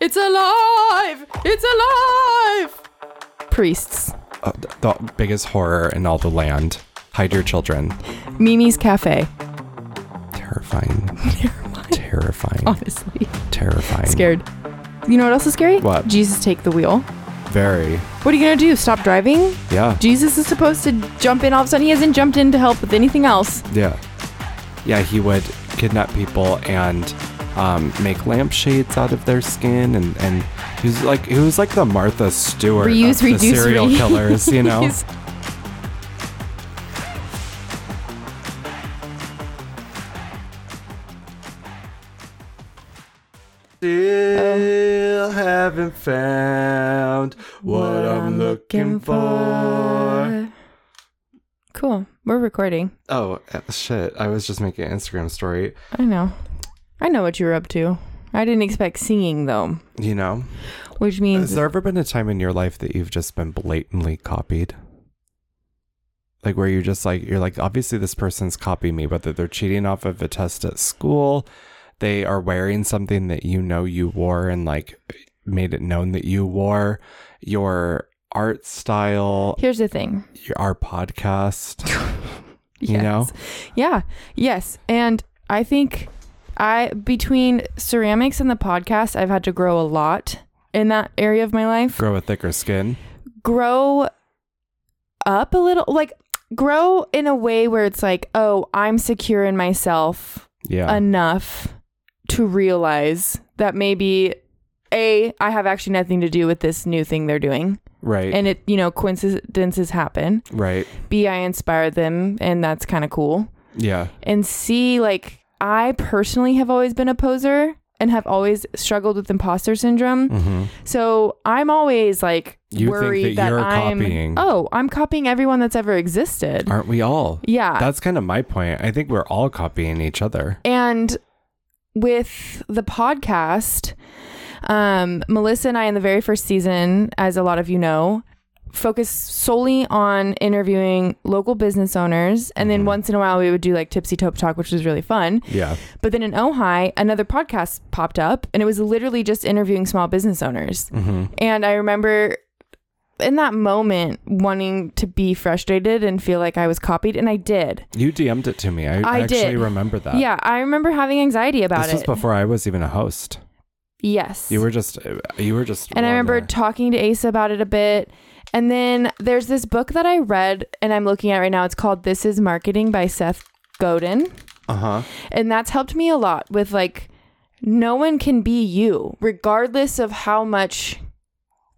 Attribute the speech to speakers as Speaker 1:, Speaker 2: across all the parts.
Speaker 1: It's alive! It's alive! Priests.
Speaker 2: Uh, th- the biggest horror in all the land. Hide your children.
Speaker 1: Mimi's Cafe,
Speaker 2: Terrifying. Terrifying.
Speaker 1: honestly.
Speaker 2: Terrifying.
Speaker 1: Scared. You know what else is scary?
Speaker 2: What?
Speaker 1: Jesus take the wheel.
Speaker 2: Very.
Speaker 1: What are you gonna do? Stop driving?
Speaker 2: Yeah.
Speaker 1: Jesus is supposed to jump in all of a sudden. He hasn't jumped in to help with anything else.
Speaker 2: Yeah. Yeah, he would kidnap people and um, make lampshades out of their skin, and and he was like he was like the Martha Stewart
Speaker 1: Reuse,
Speaker 2: of the
Speaker 1: reduce,
Speaker 2: serial
Speaker 1: reuse.
Speaker 2: killers, you know.
Speaker 1: He's-
Speaker 2: Still haven't found
Speaker 1: Cool. We're recording.
Speaker 2: Oh uh, shit! I was just making an Instagram story.
Speaker 1: I know. I know what you were up to. I didn't expect singing though,
Speaker 2: You know,
Speaker 1: which means
Speaker 2: has there ever been a time in your life that you've just been blatantly copied? Like where you're just like you're like obviously this person's copying me, whether they're cheating off of a test at school, they are wearing something that you know you wore and like made it known that you wore your art style,
Speaker 1: here's the thing.
Speaker 2: your, our podcast.
Speaker 1: Yes.
Speaker 2: You know?
Speaker 1: Yeah. Yes. And I think I between ceramics and the podcast, I've had to grow a lot in that area of my life.
Speaker 2: Grow a thicker skin.
Speaker 1: grow up a little like grow in a way where it's like oh i'm secure in myself
Speaker 2: Yeah.
Speaker 1: enough to realize that maybe a i have actually nothing to do with this new thing they're doing
Speaker 2: right.
Speaker 1: and it you know coincidences happen
Speaker 2: right.
Speaker 1: b i inspired them and that's kind of cool
Speaker 2: Yeah.
Speaker 1: and c like i personally have always been a poser and have always struggled with imposter syndrome
Speaker 2: Mm-hmm.
Speaker 1: so I'm always like
Speaker 2: You think
Speaker 1: worried
Speaker 2: that you're
Speaker 1: I'm
Speaker 2: copying.
Speaker 1: oh I'm copying everyone that's ever existed.
Speaker 2: Aren't we all?
Speaker 1: yeah,
Speaker 2: That's kind of my point. I think we're all copying each other.
Speaker 1: and with the podcast, um, Melissa and I in the very first season, as a lot of you know, focus solely on interviewing local business owners, and
Speaker 2: Mm-hmm.
Speaker 1: then once in a while we would do like tipsy tope talk, which was really fun.
Speaker 2: Yeah.
Speaker 1: But then in Ojai, another podcast popped up, and it was literally just interviewing small business owners.
Speaker 2: Mm-hmm.
Speaker 1: And I remember in that moment wanting to be frustrated and feel like I was copied, and I did.
Speaker 2: You DM'd it to me. I,
Speaker 1: I
Speaker 2: actually
Speaker 1: did.
Speaker 2: remember that.
Speaker 1: yeah, I remember having anxiety about
Speaker 2: This was
Speaker 1: it.
Speaker 2: before I was even a host.
Speaker 1: yes.
Speaker 2: You were just, you were just.
Speaker 1: and I
Speaker 2: on
Speaker 1: remember
Speaker 2: there.
Speaker 1: talking to Asa about it a bit. And then there's this book that I read and I'm looking at right now. It's called This is Marketing by Seth Godin.
Speaker 2: uh-huh.
Speaker 1: And that's helped me a lot with like, no one can be you, regardless of how much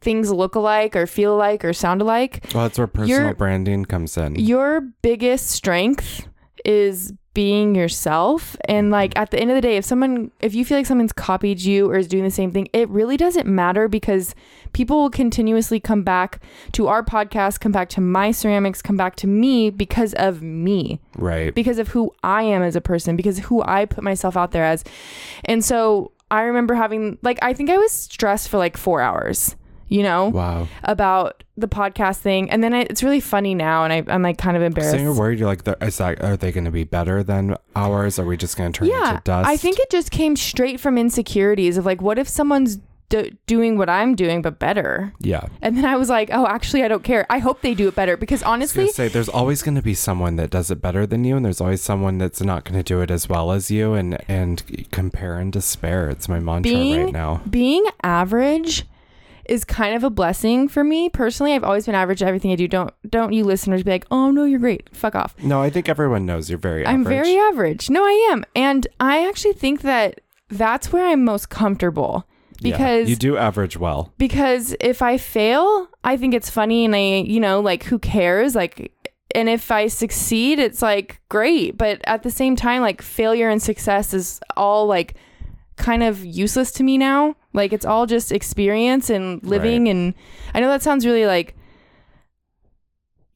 Speaker 1: things look alike or feel alike or sound alike.
Speaker 2: Well, that's where personal
Speaker 1: You're-
Speaker 2: branding comes in.
Speaker 1: your biggest strength is being yourself and like at the end of the day if someone if you feel like someone's copied you or is doing the same thing it really doesn't matter because people will continuously come back to our podcast come back to my ceramics come back to me because of me
Speaker 2: right.
Speaker 1: because of who I am as a person, because of who I put myself out there as. And so I remember having like I think I was stressed for like 4 hours, you know,
Speaker 2: Wow.
Speaker 1: about the podcast thing. And then I, it's really funny now and I I'm like kind of
Speaker 2: So you're
Speaker 1: embarrassed.
Speaker 2: worried. You're like, "They're- is that, are they going to be better than ours? Are we just going to turn
Speaker 1: Yeah.
Speaker 2: into dust?
Speaker 1: I think it just came straight from insecurities of like what if someone's do- doing what I'm doing but better?
Speaker 2: Yeah. I
Speaker 1: And then I was like, oh, actually I don't care. I hope they do it better because
Speaker 2: was gonna
Speaker 1: honestly,
Speaker 2: say there's always going to be someone that does it better than you, and there's always someone that's not going to do it as well as you, and and compare and despair. It's my mantra
Speaker 1: Being-
Speaker 2: right now.
Speaker 1: being average is kind of a blessing for me personally. I've always been average at everything I do. Don't don't you listeners be like, oh no, you're great. Fuck off.
Speaker 2: No, I think everyone knows you're very.
Speaker 1: I'm
Speaker 2: average.
Speaker 1: very average. No, I am, and I actually think that that's where I'm most comfortable
Speaker 2: Yeah,
Speaker 1: because
Speaker 2: you do average well.
Speaker 1: because if I fail, I think it's funny, and I you know like who cares like. And if I succeed, it's like great. But at the same time, like failure and success is all like kind of useless to me now. Like it's all just experience and living
Speaker 2: Right.
Speaker 1: and I know that sounds really like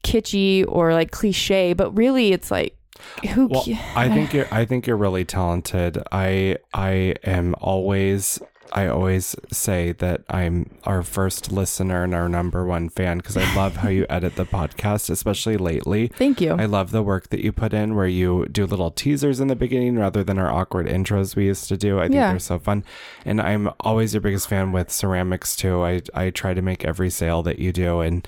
Speaker 1: kitschy or like cliche, but really it's like who
Speaker 2: Well,
Speaker 1: ca-
Speaker 2: I think you're. I think you're really talented. I I am always I always say that I'm our first listener and our number one fan because I love how you edit the podcast, especially lately.
Speaker 1: Thank you.
Speaker 2: I love the work that you put in where you do little teasers in the beginning rather than our awkward intros we used to do. I think
Speaker 1: Yeah.
Speaker 2: they're so fun. And I'm always your biggest fan with ceramics too. I, I try to make every sale that you do and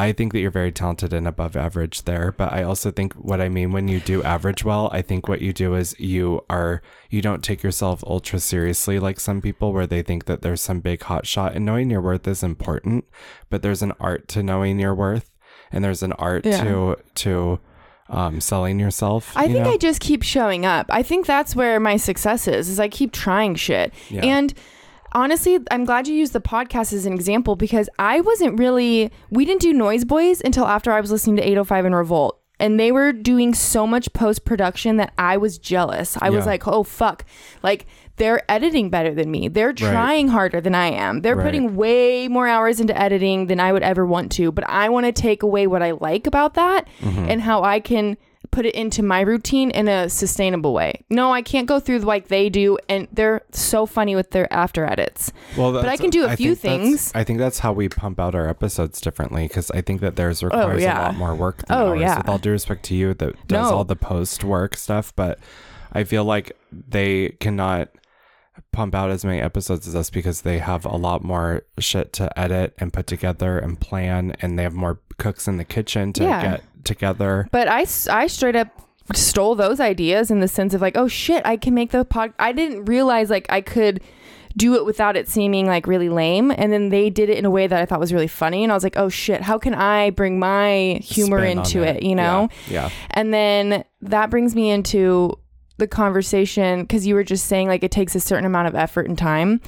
Speaker 2: I think that you're very talented and above average there, but I also think what I mean when you do average well, I think what you do is you are you don't take yourself ultra seriously like some people where they think that there's some big hot shot and knowing your worth is important, but there's an art to knowing your worth and there's an art
Speaker 1: Yeah.
Speaker 2: to to um, selling yourself.
Speaker 1: I
Speaker 2: you
Speaker 1: think
Speaker 2: know?
Speaker 1: I just keep showing up. I think that's where my success is. Is I keep trying shit.
Speaker 2: Yeah.
Speaker 1: And honestly, I'm glad you used the podcast as an example because I wasn't really we didn't do Noise Boys until after I was listening to 805 and Revolt. And they were doing so much post production that I was jealous. I was
Speaker 2: Yeah.
Speaker 1: like, "Oh fuck. Like they're editing better than me. They're trying harder than I am. They're
Speaker 2: Right.
Speaker 1: putting way more hours into editing than I would ever want to, but I want to take away what I like about that and how I can put it into my routine in a sustainable way. No, I can't go through like they do and they're so funny with their after edits.
Speaker 2: Well,
Speaker 1: I
Speaker 2: that's-
Speaker 1: can do a few
Speaker 2: think that's-
Speaker 1: things.
Speaker 2: I think that's how we pump out our episodes differently because I think that theirs requires
Speaker 1: Oh, yeah.
Speaker 2: a lot more work than
Speaker 1: Oh,
Speaker 2: ours.
Speaker 1: yeah.
Speaker 2: With all due respect to you, that does
Speaker 1: No.
Speaker 2: all the post work stuff, but I feel like they cannot pump out as many episodes as us because they have a lot more shit to edit and put together and plan, and they have more cooks in the kitchen to
Speaker 1: Yeah.
Speaker 2: get together.
Speaker 1: But I, s- I straight up stole those ideas in the sense of like, oh shit, I can make the pod. I didn't realize like I could do it without it seeming like really lame. And then they did it in a way that I thought was really funny. And I was like, oh shit, how can I bring my humor
Speaker 2: Spin on
Speaker 1: into it, you know?
Speaker 2: Yeah. yeah.
Speaker 1: And then that brings me into the conversation because you were just saying like it takes a certain amount of effort and time.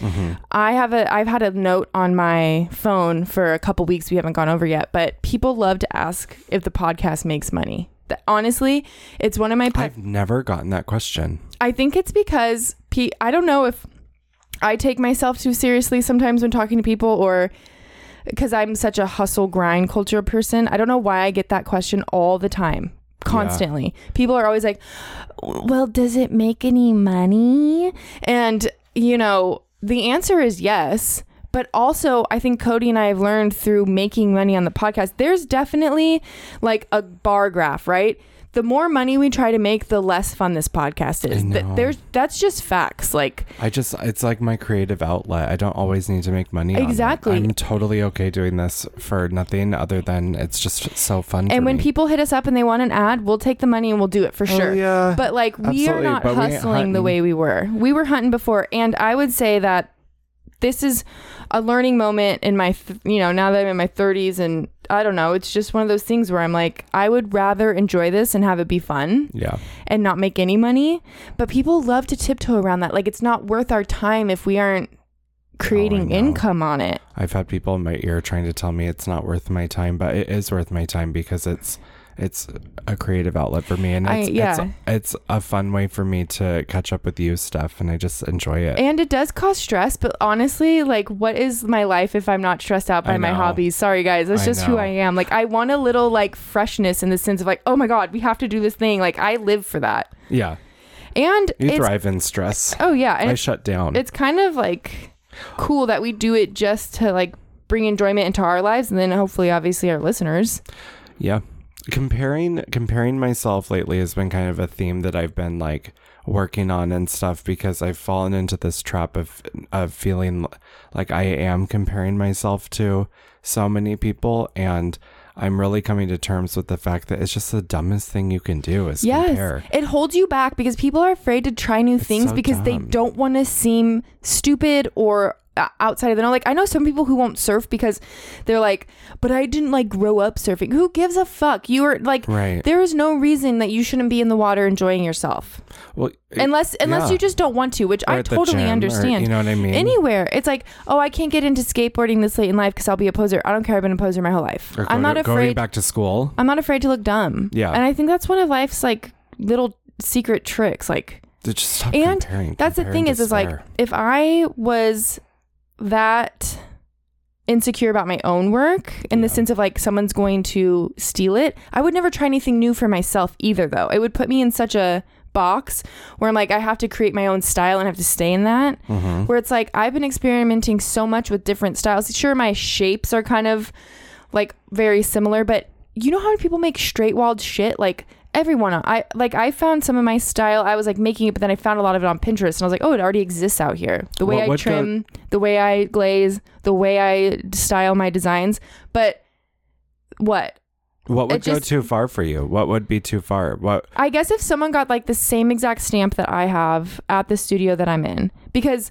Speaker 1: I have a I've had a note on my phone for a couple weeks we haven't gone over yet, but people love to ask if the podcast makes money. Th- Honestly, it's one of my pet
Speaker 2: I've never gotten that question.
Speaker 1: I think it's because pe- I don't know if I take myself too seriously sometimes when talking to people or because I'm such a hustle grind culture person. I don't know why I get that question all the time. Constantly. People are always like, "Well, does it make any money?" And, you know, the answer is yes, but also I think Cody and I have learned through making money on the podcast, there's definitely like a bar graph, right? The more money we try to make, the less fun this podcast is. Th-
Speaker 2: know.
Speaker 1: there's that's just facts. Like
Speaker 2: I just it's like my creative outlet. I don't always need to make money. on it.
Speaker 1: Exactly.
Speaker 2: I'm totally okay doing this for nothing other than it's just so fun.
Speaker 1: and
Speaker 2: for
Speaker 1: when
Speaker 2: me.
Speaker 1: people hit us up and they want an ad, we'll take the money and we'll do it for
Speaker 2: Oh,
Speaker 1: sure.
Speaker 2: yeah,
Speaker 1: But like we are
Speaker 2: Absolutely,
Speaker 1: not
Speaker 2: but we ain't
Speaker 1: hustling the
Speaker 2: hunting.
Speaker 1: way we were. We were hunting before and I would say that this is a learning moment in my th- you know, now that I'm in my 30s and I don't know, it's just one of those things where I'm like I would rather enjoy this and have it be fun
Speaker 2: yeah,
Speaker 1: and not make any money, but people love to tiptoe around that. Like it's not worth our time if we aren't creating
Speaker 2: Oh, know.
Speaker 1: income on it.
Speaker 2: I've had people in my ear trying to tell me it's not worth my time, but it is worth my time because it's it's a creative outlet for me, and
Speaker 1: I-
Speaker 2: it's
Speaker 1: yeah.
Speaker 2: it's, it's a fun way for me to catch up with you, Steph, and I just enjoy it.
Speaker 1: And it does cause stress, but honestly, like, what is my life if I'm not stressed out by
Speaker 2: I
Speaker 1: my
Speaker 2: know.
Speaker 1: hobbies? Sorry, guys, that's
Speaker 2: I
Speaker 1: just who
Speaker 2: know.
Speaker 1: I am. Like, I want a little like freshness in the sense of like, oh my god, we have to do this thing. Like, I live for that,
Speaker 2: yeah,
Speaker 1: and
Speaker 2: you
Speaker 1: it's
Speaker 2: thrive in stress.
Speaker 1: oh yeah, and
Speaker 2: I
Speaker 1: it's,
Speaker 2: shut down.
Speaker 1: it's kind of like cool that we do it just to like bring enjoyment into our lives, and then hopefully, obviously, our listeners.
Speaker 2: Yeah. Comparing comparing myself lately has been kind of a theme that I've been like working on and stuff because I've fallen into this trap of of feeling like I am comparing myself to so many people and I'm really coming to terms with the fact that it's just the dumbest thing you can do is
Speaker 1: Yes,
Speaker 2: compare.
Speaker 1: it holds you back because people are afraid to try new things
Speaker 2: so
Speaker 1: because they
Speaker 2: dumb.
Speaker 1: don't want to seem stupid or uh, outside of the know. Like I know some people who won't surf because they're like, "But I didn't like grow up surfing." Who gives a fuck? You are like,
Speaker 2: Right.
Speaker 1: there is no reason that you shouldn't be in the water enjoying yourself,
Speaker 2: Well,
Speaker 1: unless unless
Speaker 2: yeah.
Speaker 1: you just don't want to, which
Speaker 2: or
Speaker 1: I
Speaker 2: at the
Speaker 1: totally
Speaker 2: gym or-
Speaker 1: understand.
Speaker 2: you know what I mean?
Speaker 1: Anywhere, it's like, oh, I can't get into skateboarding this late in life because I'll be a poser. I don't care. I've been a poser my whole life.
Speaker 2: Or
Speaker 1: I'm
Speaker 2: go
Speaker 1: not
Speaker 2: to- going
Speaker 1: afraid.
Speaker 2: back to school.
Speaker 1: I'm not afraid to look dumb.
Speaker 2: Yeah.
Speaker 1: And I think that's one of life's like little secret tricks. Like
Speaker 2: To just stop
Speaker 1: and
Speaker 2: comparing.
Speaker 1: that's the
Speaker 2: Compare
Speaker 1: thing
Speaker 2: and
Speaker 1: is is like
Speaker 2: despair.
Speaker 1: if I was that insecure about my own work in the
Speaker 2: Yeah.
Speaker 1: sense of like someone's going to steal it, I would never try anything new for myself either though. It would put me in such a box where I'm like, I have to create my own style and have to stay in that.
Speaker 2: Mhm.
Speaker 1: Where it's like, I've been experimenting so much with different styles. Sure, my shapes are kind of like very similar, but you know how people make straight walled shit? Like, everyone, I like, I found some of my style. I was like making it, but then I found a lot of it on Pinterest and I was like, oh, it already exists out here. The way
Speaker 2: What-
Speaker 1: I
Speaker 2: what go-
Speaker 1: trim, the way I glaze, the way I style my designs. But what?
Speaker 2: What would
Speaker 1: It
Speaker 2: go
Speaker 1: just-
Speaker 2: too far for you? What would be too far? What
Speaker 1: I guess if someone got like the same exact stamp that I have at the studio that I'm in, because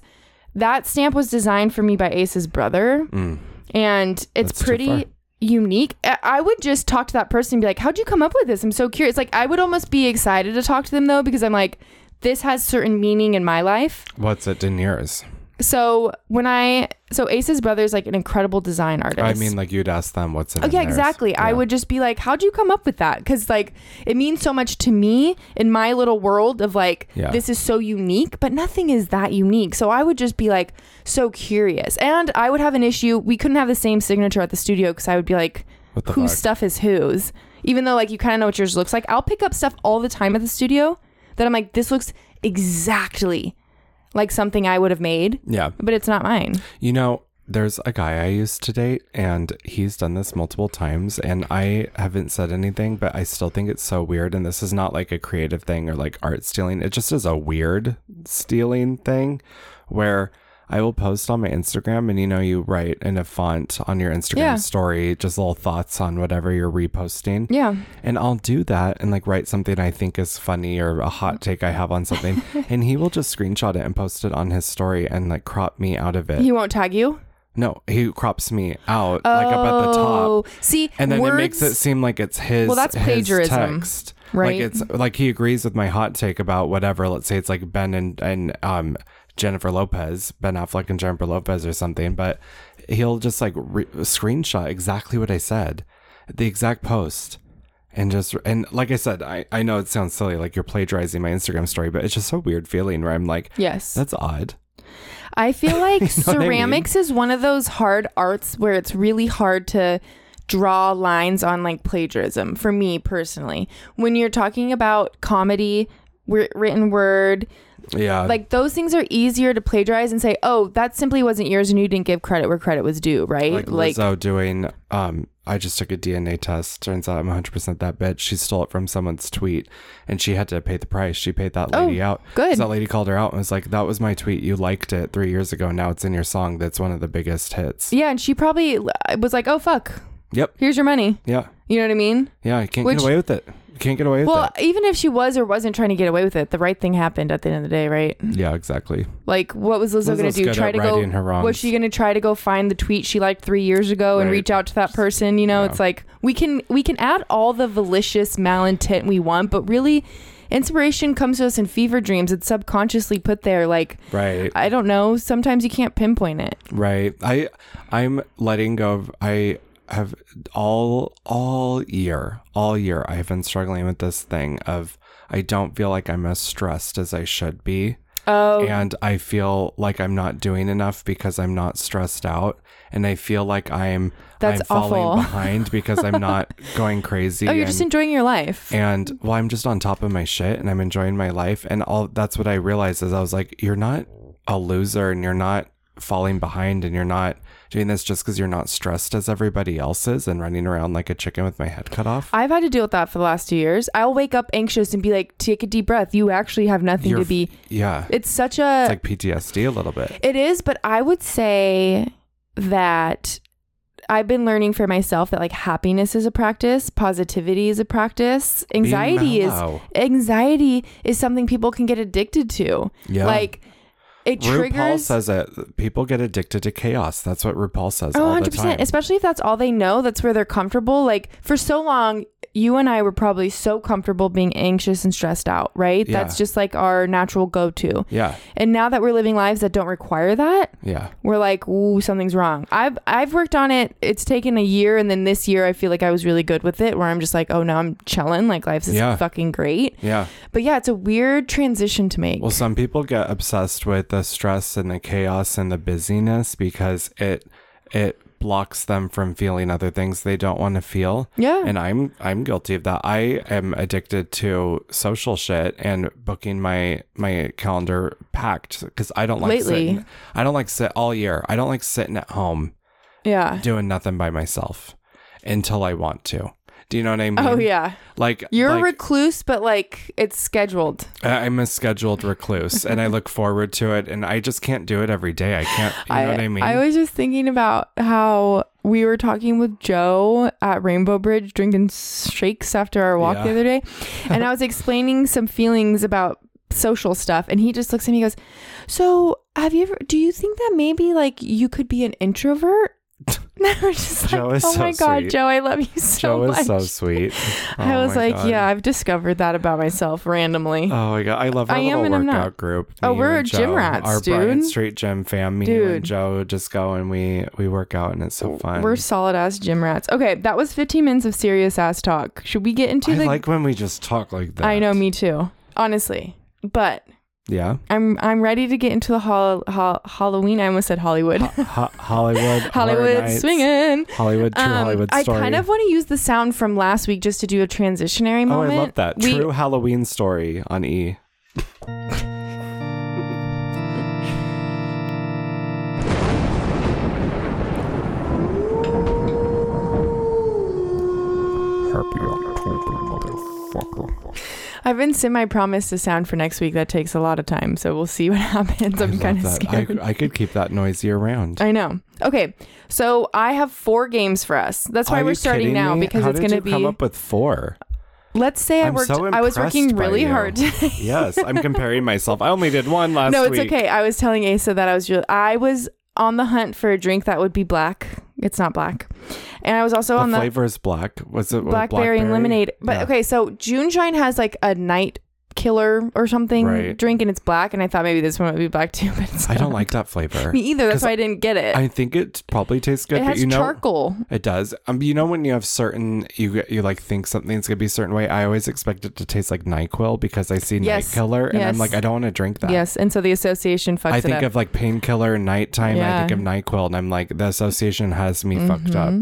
Speaker 1: that stamp was designed for me by Ace's brother,
Speaker 2: Mm.
Speaker 1: and it's
Speaker 2: That's too far.
Speaker 1: pretty unique. I- I would just talk to that person and be like, "How'd you come up with this? I'm so curious." Like, I would almost be excited to talk to them though, because I'm like, this has certain meaning in my life.
Speaker 2: what's it in yours?
Speaker 1: So when I so Ace's brother is like an incredible design artist.
Speaker 2: I mean, like you'd ask them what's it.
Speaker 1: Oh,
Speaker 2: in
Speaker 1: yeah,
Speaker 2: theirs.
Speaker 1: exactly. I
Speaker 2: Yeah.
Speaker 1: would just be like, how'd you come up with that? Because, like, it means so much to me in my little world of like,
Speaker 2: Yeah.
Speaker 1: this is so unique, but nothing is that unique. So I would just be like, so curious. And I would have an issue. We couldn't have the same signature at the studio because I would be like,
Speaker 2: What the
Speaker 1: whose
Speaker 2: fuck?
Speaker 1: stuff is whose? Even though, like, you kind of know what yours looks like. I'll pick up stuff all the time at the studio that I'm like, this looks exactly like something I would have made,
Speaker 2: Yeah.
Speaker 1: but it's not mine.
Speaker 2: You know, there's a guy I used to date, and he's done this multiple times, and I haven't said anything, but I still think it's so weird. And this is not like a creative thing or like art stealing, it just is a weird stealing thing where I will post on my Instagram, and you know, you write in a font on your Instagram
Speaker 1: Yeah.
Speaker 2: story just little thoughts on whatever you're reposting.
Speaker 1: Yeah.
Speaker 2: And I'll do that and like write something I think is funny or a hot take I have on something. and he will just screenshot it and post it on his story and like crop me out of it.
Speaker 1: He won't tag you.
Speaker 2: No, he crops me out like up at the
Speaker 1: Oh,
Speaker 2: top,
Speaker 1: See,
Speaker 2: and then
Speaker 1: words,
Speaker 2: it makes it seem like it's his.
Speaker 1: Well, that's
Speaker 2: his
Speaker 1: plagiarism,
Speaker 2: text.
Speaker 1: right?
Speaker 2: Like it's like he agrees with my hot take about whatever. Let's say it's like Ben and and um Jennifer Lopez, Ben Affleck and Jennifer Lopez or something, but he'll just like re- screenshot exactly what I said, the exact post. And just and like I said, I, I know it sounds silly, like you're plagiarizing my Instagram story, but it's just a weird feeling where I'm like,
Speaker 1: Yes.
Speaker 2: that's odd.
Speaker 1: I feel like
Speaker 2: what I mean?
Speaker 1: ceramics is one of those hard arts where it's really hard to draw lines on like plagiarism for me personally. When you're talking about comedy, wri- written word,
Speaker 2: Yeah,
Speaker 1: like those things are easier to plagiarize and say, "Oh, that simply wasn't yours and you didn't give credit where credit was due," right?
Speaker 2: like Lizzo doing um I just took a DNA test. Turns out I'm 100% that bitch. She stole it from someone's tweet and she had to pay the price. She paid that lady out.
Speaker 1: Oh, good.
Speaker 2: So that lady called her out and was like, "That was my tweet. You liked it 3 years ago. Now it's in your song. That's one of the biggest hits."
Speaker 1: yeah, and she probably l- was like, "Oh fuck.
Speaker 2: Yep.
Speaker 1: Here's your money."
Speaker 2: Yeah.
Speaker 1: You know what I mean?
Speaker 2: Yeah, you can't
Speaker 1: Which-
Speaker 2: get away with it. You can't get away with
Speaker 1: Well,
Speaker 2: it.
Speaker 1: even if she was or wasn't trying to get away with it, the right thing happened at the end of the day, right?
Speaker 2: Yeah, exactly.
Speaker 1: Like, what was Lizzo going
Speaker 2: Lizzo's
Speaker 1: to do?
Speaker 2: good
Speaker 1: Try
Speaker 2: at
Speaker 1: to go?
Speaker 2: righting her wrongs.
Speaker 1: Was she going to try to go find the tweet she liked three years ago and
Speaker 2: Right.
Speaker 1: reach out to that person? You know,
Speaker 2: Yeah.
Speaker 1: it's like we can we can add all the malicious malintent we want, but really, inspiration comes to us in fever dreams. It's subconsciously put there. Like,
Speaker 2: Right.
Speaker 1: I don't know. Sometimes you can't pinpoint it.
Speaker 2: Right. I I'm letting go of I have all all year, all year I have been struggling with this thing of I don't feel like I'm as stressed as I should be.
Speaker 1: Oh,
Speaker 2: And I feel like I'm not doing enough because I'm not stressed out. And I feel like I'm
Speaker 1: That's
Speaker 2: I'm falling
Speaker 1: awful.
Speaker 2: behind because I'm not going crazy.
Speaker 1: oh, you're
Speaker 2: and-
Speaker 1: just enjoying your life.
Speaker 2: and well i'm just on top of my shit and i'm enjoying my life and all that's what i realized is i was like you're not a loser and you're not falling behind and you're not doing this just because you're not stressed as everybody else is and running around like a chicken with my head cut off
Speaker 1: I've had to deal with that for the last two years. I'll wake up anxious and be like, "Take a deep breath. You actually have nothing
Speaker 2: You're
Speaker 1: to be."
Speaker 2: yeah it's
Speaker 1: It's such a
Speaker 2: like ptsd a little bit
Speaker 1: It is, but I would say that I've been learning for myself that like happiness is a practice, positivity is a practice, anxiety is
Speaker 2: mellow.
Speaker 1: anxiety is something people can get addicted to.
Speaker 2: Yeah.
Speaker 1: Like it
Speaker 2: RuPaul
Speaker 1: triggers
Speaker 2: says it. People get addicted to chaos. That's what RuPaul says
Speaker 1: Oh,
Speaker 2: all the
Speaker 1: 100%,
Speaker 2: time.
Speaker 1: especially if that's all they know, that's where they're comfortable. Like for so long, you and I were probably so comfortable being anxious and stressed out, right?
Speaker 2: Yeah.
Speaker 1: That's just like our natural go-to.
Speaker 2: yeah,
Speaker 1: And now that we're living lives that don't require that,
Speaker 2: yeah.
Speaker 1: we're like, ooh, something's wrong. I've I've worked on it. It's taken a year, and then this year I feel like I was really good with it, where I'm just like, oh no, I'm chilling. Like life's is
Speaker 2: Yeah.
Speaker 1: fucking great.
Speaker 2: Yeah.
Speaker 1: But yeah, it's a weird transition to make.
Speaker 2: Well, some people get obsessed with the stress and the chaos and the busyness because it it blocks them from feeling other things they don't want to feel.
Speaker 1: Yeah.
Speaker 2: And I'm I'm guilty of that. I am addicted to social shit and booking my my calendar packed because I don't like
Speaker 1: Lately.
Speaker 2: sitting. I don't like sit all year. I don't like sitting at home
Speaker 1: yeah.
Speaker 2: doing nothing by myself until I want to. Do you know what I mean?
Speaker 1: Oh yeah.
Speaker 2: Like
Speaker 1: You're a
Speaker 2: like,
Speaker 1: recluse, but like it's scheduled.
Speaker 2: I- I'm a scheduled recluse, and I look forward to it. And I just can't do it every day. I can't. You know what I mean?
Speaker 1: was just thinking about how we were talking with Joe at Rainbow Bridge drinking shakes after our walk the
Speaker 2: Yeah.
Speaker 1: other day. And I was explaining some feelings about social stuff and he just looks at me and goes, "So, have you ever do you think that maybe like you could be an introvert?" And I was just
Speaker 2: Joe
Speaker 1: like,
Speaker 2: is
Speaker 1: "Oh
Speaker 2: so
Speaker 1: my god,
Speaker 2: sweet.
Speaker 1: Joe, I love you so
Speaker 2: Joe
Speaker 1: much."
Speaker 2: is so sweet.
Speaker 1: I
Speaker 2: Oh
Speaker 1: was
Speaker 2: my
Speaker 1: like,
Speaker 2: God.
Speaker 1: "Yeah, I've discovered that about myself randomly."
Speaker 2: Oh my god, I love our
Speaker 1: I am
Speaker 2: little
Speaker 1: and I'm not.
Speaker 2: workout group.
Speaker 1: Oh,
Speaker 2: me
Speaker 1: we're
Speaker 2: and
Speaker 1: gym
Speaker 2: Joe,
Speaker 1: rats,
Speaker 2: our Bryant
Speaker 1: dude.
Speaker 2: Street gym fam. Me you
Speaker 1: Dude.
Speaker 2: and Joe just go and we we work out and it's so fun.
Speaker 1: We're solid ass gym rats. Okay, that was 15 minutes of serious ass talk. Should we get into
Speaker 2: I
Speaker 1: the
Speaker 2: like when we just talk like that.
Speaker 1: I know me too. Honestly. But
Speaker 2: Yeah,
Speaker 1: I'm I'm ready to get into the hol- hol- Halloween. I almost said Hollywood.
Speaker 2: Ho- Hollywood,
Speaker 1: Hollywood swinging.
Speaker 2: Hollywood, true
Speaker 1: Um,
Speaker 2: Hollywood
Speaker 1: I
Speaker 2: story.
Speaker 1: kind of want to use the sound from last week just to do a transitionary
Speaker 2: oh,
Speaker 1: moment.
Speaker 2: I love that
Speaker 1: We-
Speaker 2: true Halloween story on E.
Speaker 3: Happy October, motherfucker.
Speaker 1: I've been sent my promise to sound for next week. That takes a lot of time, so we'll see what happens. I'm
Speaker 2: love
Speaker 1: kind of
Speaker 2: that.
Speaker 1: scared.
Speaker 2: I, I could keep that noise year round.
Speaker 1: I know. Okay, so I have four games for us. That's why
Speaker 2: Are
Speaker 1: we're
Speaker 2: you
Speaker 1: starting
Speaker 2: kidding
Speaker 1: now
Speaker 2: me?
Speaker 1: because
Speaker 2: How
Speaker 1: it's
Speaker 2: did
Speaker 1: going to
Speaker 2: you come
Speaker 1: be.
Speaker 2: up with four.
Speaker 1: Let's say I
Speaker 2: I'm
Speaker 1: worked.
Speaker 2: so
Speaker 1: I was
Speaker 2: impressed
Speaker 1: working
Speaker 2: by
Speaker 1: really
Speaker 2: you.
Speaker 1: hard.
Speaker 2: yes, I'm comparing myself. I only did one last
Speaker 1: no,
Speaker 2: week.
Speaker 1: it's okay. I was telling Asa that I was real. I was on the hunt for a drink that would be black. It's not black, and I was also
Speaker 2: The
Speaker 1: on the
Speaker 2: flavor is black. Was it uh,
Speaker 1: blackberry, and lemonade. But
Speaker 2: Yeah.
Speaker 1: okay, so June Shine has like a night killer or something
Speaker 2: Right.
Speaker 1: drink, and it's black. And I thought maybe this one would be black too, but it's
Speaker 2: I don't
Speaker 1: not.
Speaker 2: like that flavor.
Speaker 1: me either. That's
Speaker 2: 'cause
Speaker 1: why I didn't get it.
Speaker 2: I think it probably tastes good,
Speaker 1: it
Speaker 2: but
Speaker 1: has
Speaker 2: you know
Speaker 1: charcoal.
Speaker 2: it does. Um, you know when you have certain you get- you like think something's gonna be a certain way. I always expect it to taste like Nyquil because I see
Speaker 1: Yes.
Speaker 2: Night Killer and I'm
Speaker 1: Yes.
Speaker 2: like I don't want to drink that.
Speaker 1: Yes, and so the association fucks
Speaker 2: I
Speaker 1: it
Speaker 2: think
Speaker 1: up.
Speaker 2: of like painkiller and nighttime.
Speaker 1: Yeah. Mm-hmm.
Speaker 2: I think of Nyquil, and I'm like the association has me fucked up.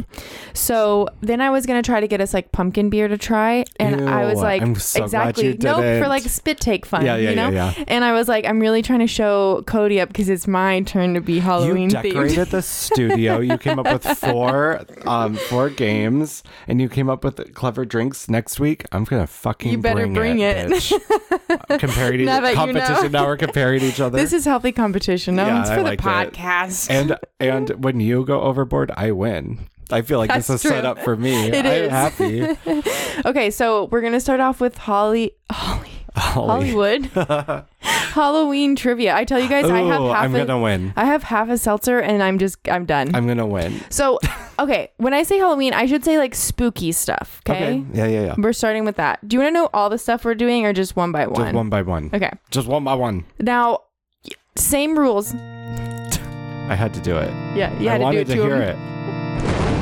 Speaker 1: so then I was gonna try to get us like pumpkin beer to try, and I was
Speaker 2: Ew,
Speaker 1: like,
Speaker 2: I'm so glad
Speaker 1: exactly,
Speaker 2: you
Speaker 1: nope, for
Speaker 2: didn't.
Speaker 1: like spit take fun.
Speaker 2: Yeah, yeah,
Speaker 1: you know?
Speaker 2: yeah, yeah.
Speaker 1: And I was like, I'm really trying to show Cody up because it's my turn to be Halloween
Speaker 2: you
Speaker 1: themed.
Speaker 2: decorated the studio. You came up with four, um, four games, and you came up with clever drinks. Next week, I'm gonna fucking
Speaker 1: You better bring it.
Speaker 2: bitch. comparing
Speaker 1: Now that you
Speaker 2: competition.
Speaker 1: know.
Speaker 2: Now we're comparing each other.
Speaker 1: This is healthy competition. No,
Speaker 2: Yeah,
Speaker 1: it's
Speaker 2: I
Speaker 1: for the
Speaker 2: like it.
Speaker 1: podcast.
Speaker 2: and and when you go overboard, I win. I feel like this
Speaker 1: That's
Speaker 2: is set
Speaker 1: true.
Speaker 2: up for me.
Speaker 1: It
Speaker 2: I'm
Speaker 1: is.
Speaker 2: happy.
Speaker 1: okay, so we're gonna start off with Holly, Holly
Speaker 2: Holly.
Speaker 1: Hollywood Halloween trivia. I tell you guys, I have
Speaker 2: Ooh,
Speaker 1: half.
Speaker 2: I'm
Speaker 1: a-
Speaker 2: gonna win.
Speaker 1: I have half a seltzer, and I'm just I'm done.
Speaker 2: I'm gonna win.
Speaker 1: so, okay, when I say Halloween, I should say like spooky stuff. Okay.
Speaker 2: Yeah, yeah, yeah.
Speaker 1: We're starting with that. Do you want to know all the stuff we're doing or just one by one?
Speaker 2: Just one by one.
Speaker 1: Okay.
Speaker 2: Just one by one.
Speaker 1: Now, y- same rules.
Speaker 2: I had to do it.
Speaker 1: Yeah, you
Speaker 2: I
Speaker 1: had
Speaker 2: wanted
Speaker 1: to
Speaker 2: to,
Speaker 1: do it to
Speaker 2: hear
Speaker 1: him.
Speaker 2: it.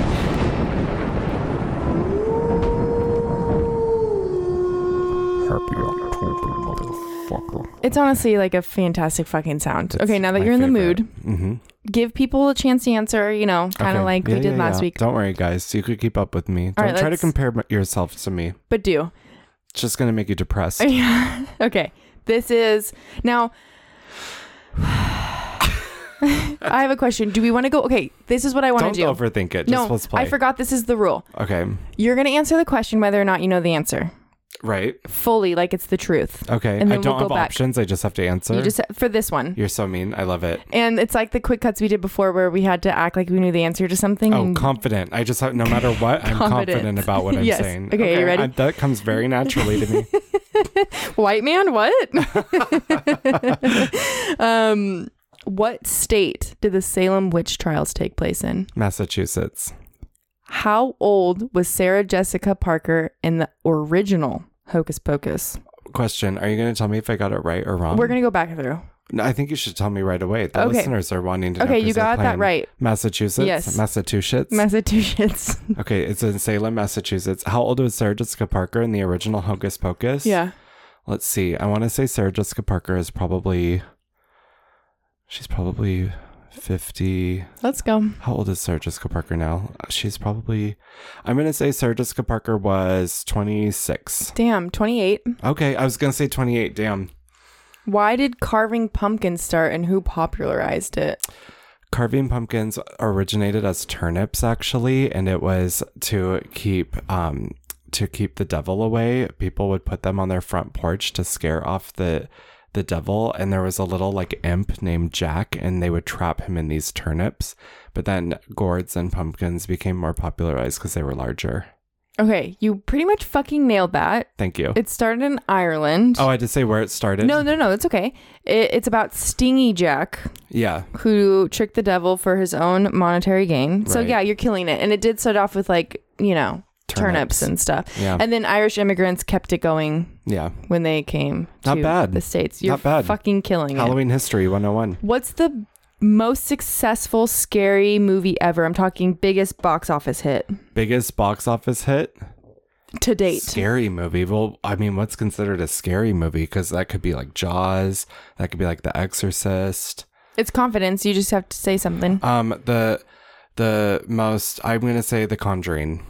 Speaker 3: Happy October, motherfucker.
Speaker 1: It's honestly like a fantastic fucking sound. okay, now that
Speaker 2: my
Speaker 1: you're in the
Speaker 2: favorite.
Speaker 1: mood,
Speaker 2: Mm-hmm.
Speaker 1: give people a chance to answer, you know, kind of
Speaker 2: Okay.
Speaker 1: like
Speaker 2: Yeah,
Speaker 1: we did
Speaker 2: yeah,
Speaker 1: last
Speaker 2: yeah.
Speaker 1: week,
Speaker 2: Don't worry, guys. You could keep up with me. Don't
Speaker 1: right,
Speaker 2: try to
Speaker 1: let's-
Speaker 2: compare m- yourself to me.
Speaker 1: but do.
Speaker 2: It's just gonna make you depressed.
Speaker 1: Okay. This is now I have a question. Do we want to go? Okay, this is what I want to
Speaker 2: Don't
Speaker 1: do.
Speaker 2: overthink it.
Speaker 1: no,
Speaker 2: Just let's play.
Speaker 1: I forgot this is the rule.
Speaker 2: Okay.
Speaker 1: You're going to answer the question whether or not you know the answer
Speaker 2: Right.
Speaker 1: fully, like it's the truth.
Speaker 2: Okay.
Speaker 1: And
Speaker 2: I
Speaker 1: then
Speaker 2: don't
Speaker 1: we'll
Speaker 2: have
Speaker 1: go back.
Speaker 2: options. I just have to answer.
Speaker 1: You just for this one.
Speaker 2: are so mean. I love it.
Speaker 1: And it's like the quick cuts we did before where we had to act like we knew the answer to something.
Speaker 2: Oh,
Speaker 1: and-
Speaker 2: confident. I just have, no matter what, I'm confident
Speaker 1: Confidence.
Speaker 2: about what I'm
Speaker 1: Yes.
Speaker 2: saying.
Speaker 1: Okay, you ready?
Speaker 2: I- that comes very naturally to me.
Speaker 1: White man, what? um, what state did the Salem witch trials take place in?
Speaker 2: Massachusetts.
Speaker 1: How old was Sarah Jessica Parker in the original Hocus Pocus?
Speaker 2: Question: Are you going to tell me if I got it right or wrong?
Speaker 1: We're gonna go back through.
Speaker 2: No, I think you should tell me right away. The
Speaker 1: Okay.
Speaker 2: listeners are wanting to know.
Speaker 1: Okay,
Speaker 2: 'cause
Speaker 1: you
Speaker 2: they're
Speaker 1: got that
Speaker 2: playing
Speaker 1: right.
Speaker 2: Massachusetts.
Speaker 1: Yes.
Speaker 2: Massachusetts.
Speaker 1: Massachusetts.
Speaker 2: Okay, it's in Salem, Massachusetts. How old was Sarah Jessica Parker in the original Hocus Pocus?
Speaker 1: yeah.
Speaker 2: Let's see. I want to say Sarah Jessica Parker is probably. She's probably 50.
Speaker 1: Let's go.
Speaker 2: How old is Sarah Jessica Parker now? She's probably, I'm going to say Sarah Jessica Parker was 26.
Speaker 1: Damn, 28.
Speaker 2: Okay, I was going to say 28. Damn.
Speaker 1: Why did carving pumpkins start and who popularized it?
Speaker 2: Carving pumpkins originated as turnips, actually, and it was to keep um, to keep the devil away. People would put them on their front porch to scare off the the devil, and there was a little like imp named Jack, and they would trap him in these turnips. But then gourds and pumpkins became more popularized because they were larger.
Speaker 1: Okay, you pretty much fucking nailed that.
Speaker 2: Thank you.
Speaker 1: It started in Ireland.
Speaker 2: oh, I did say where it started.
Speaker 1: No, no, no, it's okay. It, it's about Stingy Jack,
Speaker 2: Yeah.
Speaker 1: who tricked the devil for his own monetary gain. So,
Speaker 2: Right.
Speaker 1: yeah, you're killing it. And it did start off with, like, you know, turnips,
Speaker 2: Turnips.
Speaker 1: and stuff.
Speaker 2: Yeah.
Speaker 1: And then Irish immigrants kept it going
Speaker 2: yeah.
Speaker 1: when they came
Speaker 2: Not
Speaker 1: to
Speaker 2: bad.
Speaker 1: the States. You're
Speaker 2: Not bad.
Speaker 1: fucking killing it.
Speaker 2: Halloween history 101.
Speaker 1: What's the most successful scary movie ever? I'm talking biggest box office hit
Speaker 2: Biggest box office hit.
Speaker 1: to date.
Speaker 2: Scary movie. Well, I mean, what's considered a scary movie? Because that could be like Jaws. That could be like The Exorcist.
Speaker 1: It's confidence. You just have to say something.
Speaker 2: Um, the the most. I'm gonna say The Conjuring.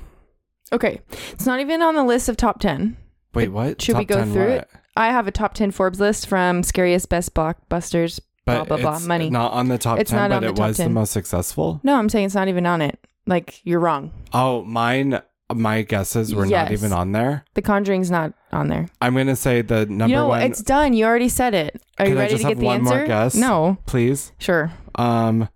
Speaker 1: Okay. It's not even on the list of top 10.
Speaker 2: Wait, what?
Speaker 1: Should we
Speaker 2: Top
Speaker 1: go
Speaker 2: 10
Speaker 1: through
Speaker 2: what?
Speaker 1: it? I have a top ten Forbes list from scariest best blockbusters. Blah
Speaker 2: But
Speaker 1: blah blah.
Speaker 2: it's
Speaker 1: Money.
Speaker 2: Not on the top
Speaker 1: It's
Speaker 2: ten,
Speaker 1: not
Speaker 2: but
Speaker 1: on the
Speaker 2: it
Speaker 1: top
Speaker 2: was
Speaker 1: 10.
Speaker 2: the most successful.
Speaker 1: No, I'm saying it's not even on it. Like you're wrong.
Speaker 2: Oh, mine. My guesses were
Speaker 1: Yes.
Speaker 2: not even on there.
Speaker 1: The Conjuring's not on there.
Speaker 2: I'm gonna say the number
Speaker 1: you know,
Speaker 2: one.
Speaker 1: it's done. You already said it. Are
Speaker 2: Can
Speaker 1: you
Speaker 2: I
Speaker 1: ready
Speaker 2: just
Speaker 1: to
Speaker 2: have
Speaker 1: get the
Speaker 2: one
Speaker 1: answer?
Speaker 2: more guess?
Speaker 1: No.
Speaker 2: Please.
Speaker 1: Sure.
Speaker 2: Um,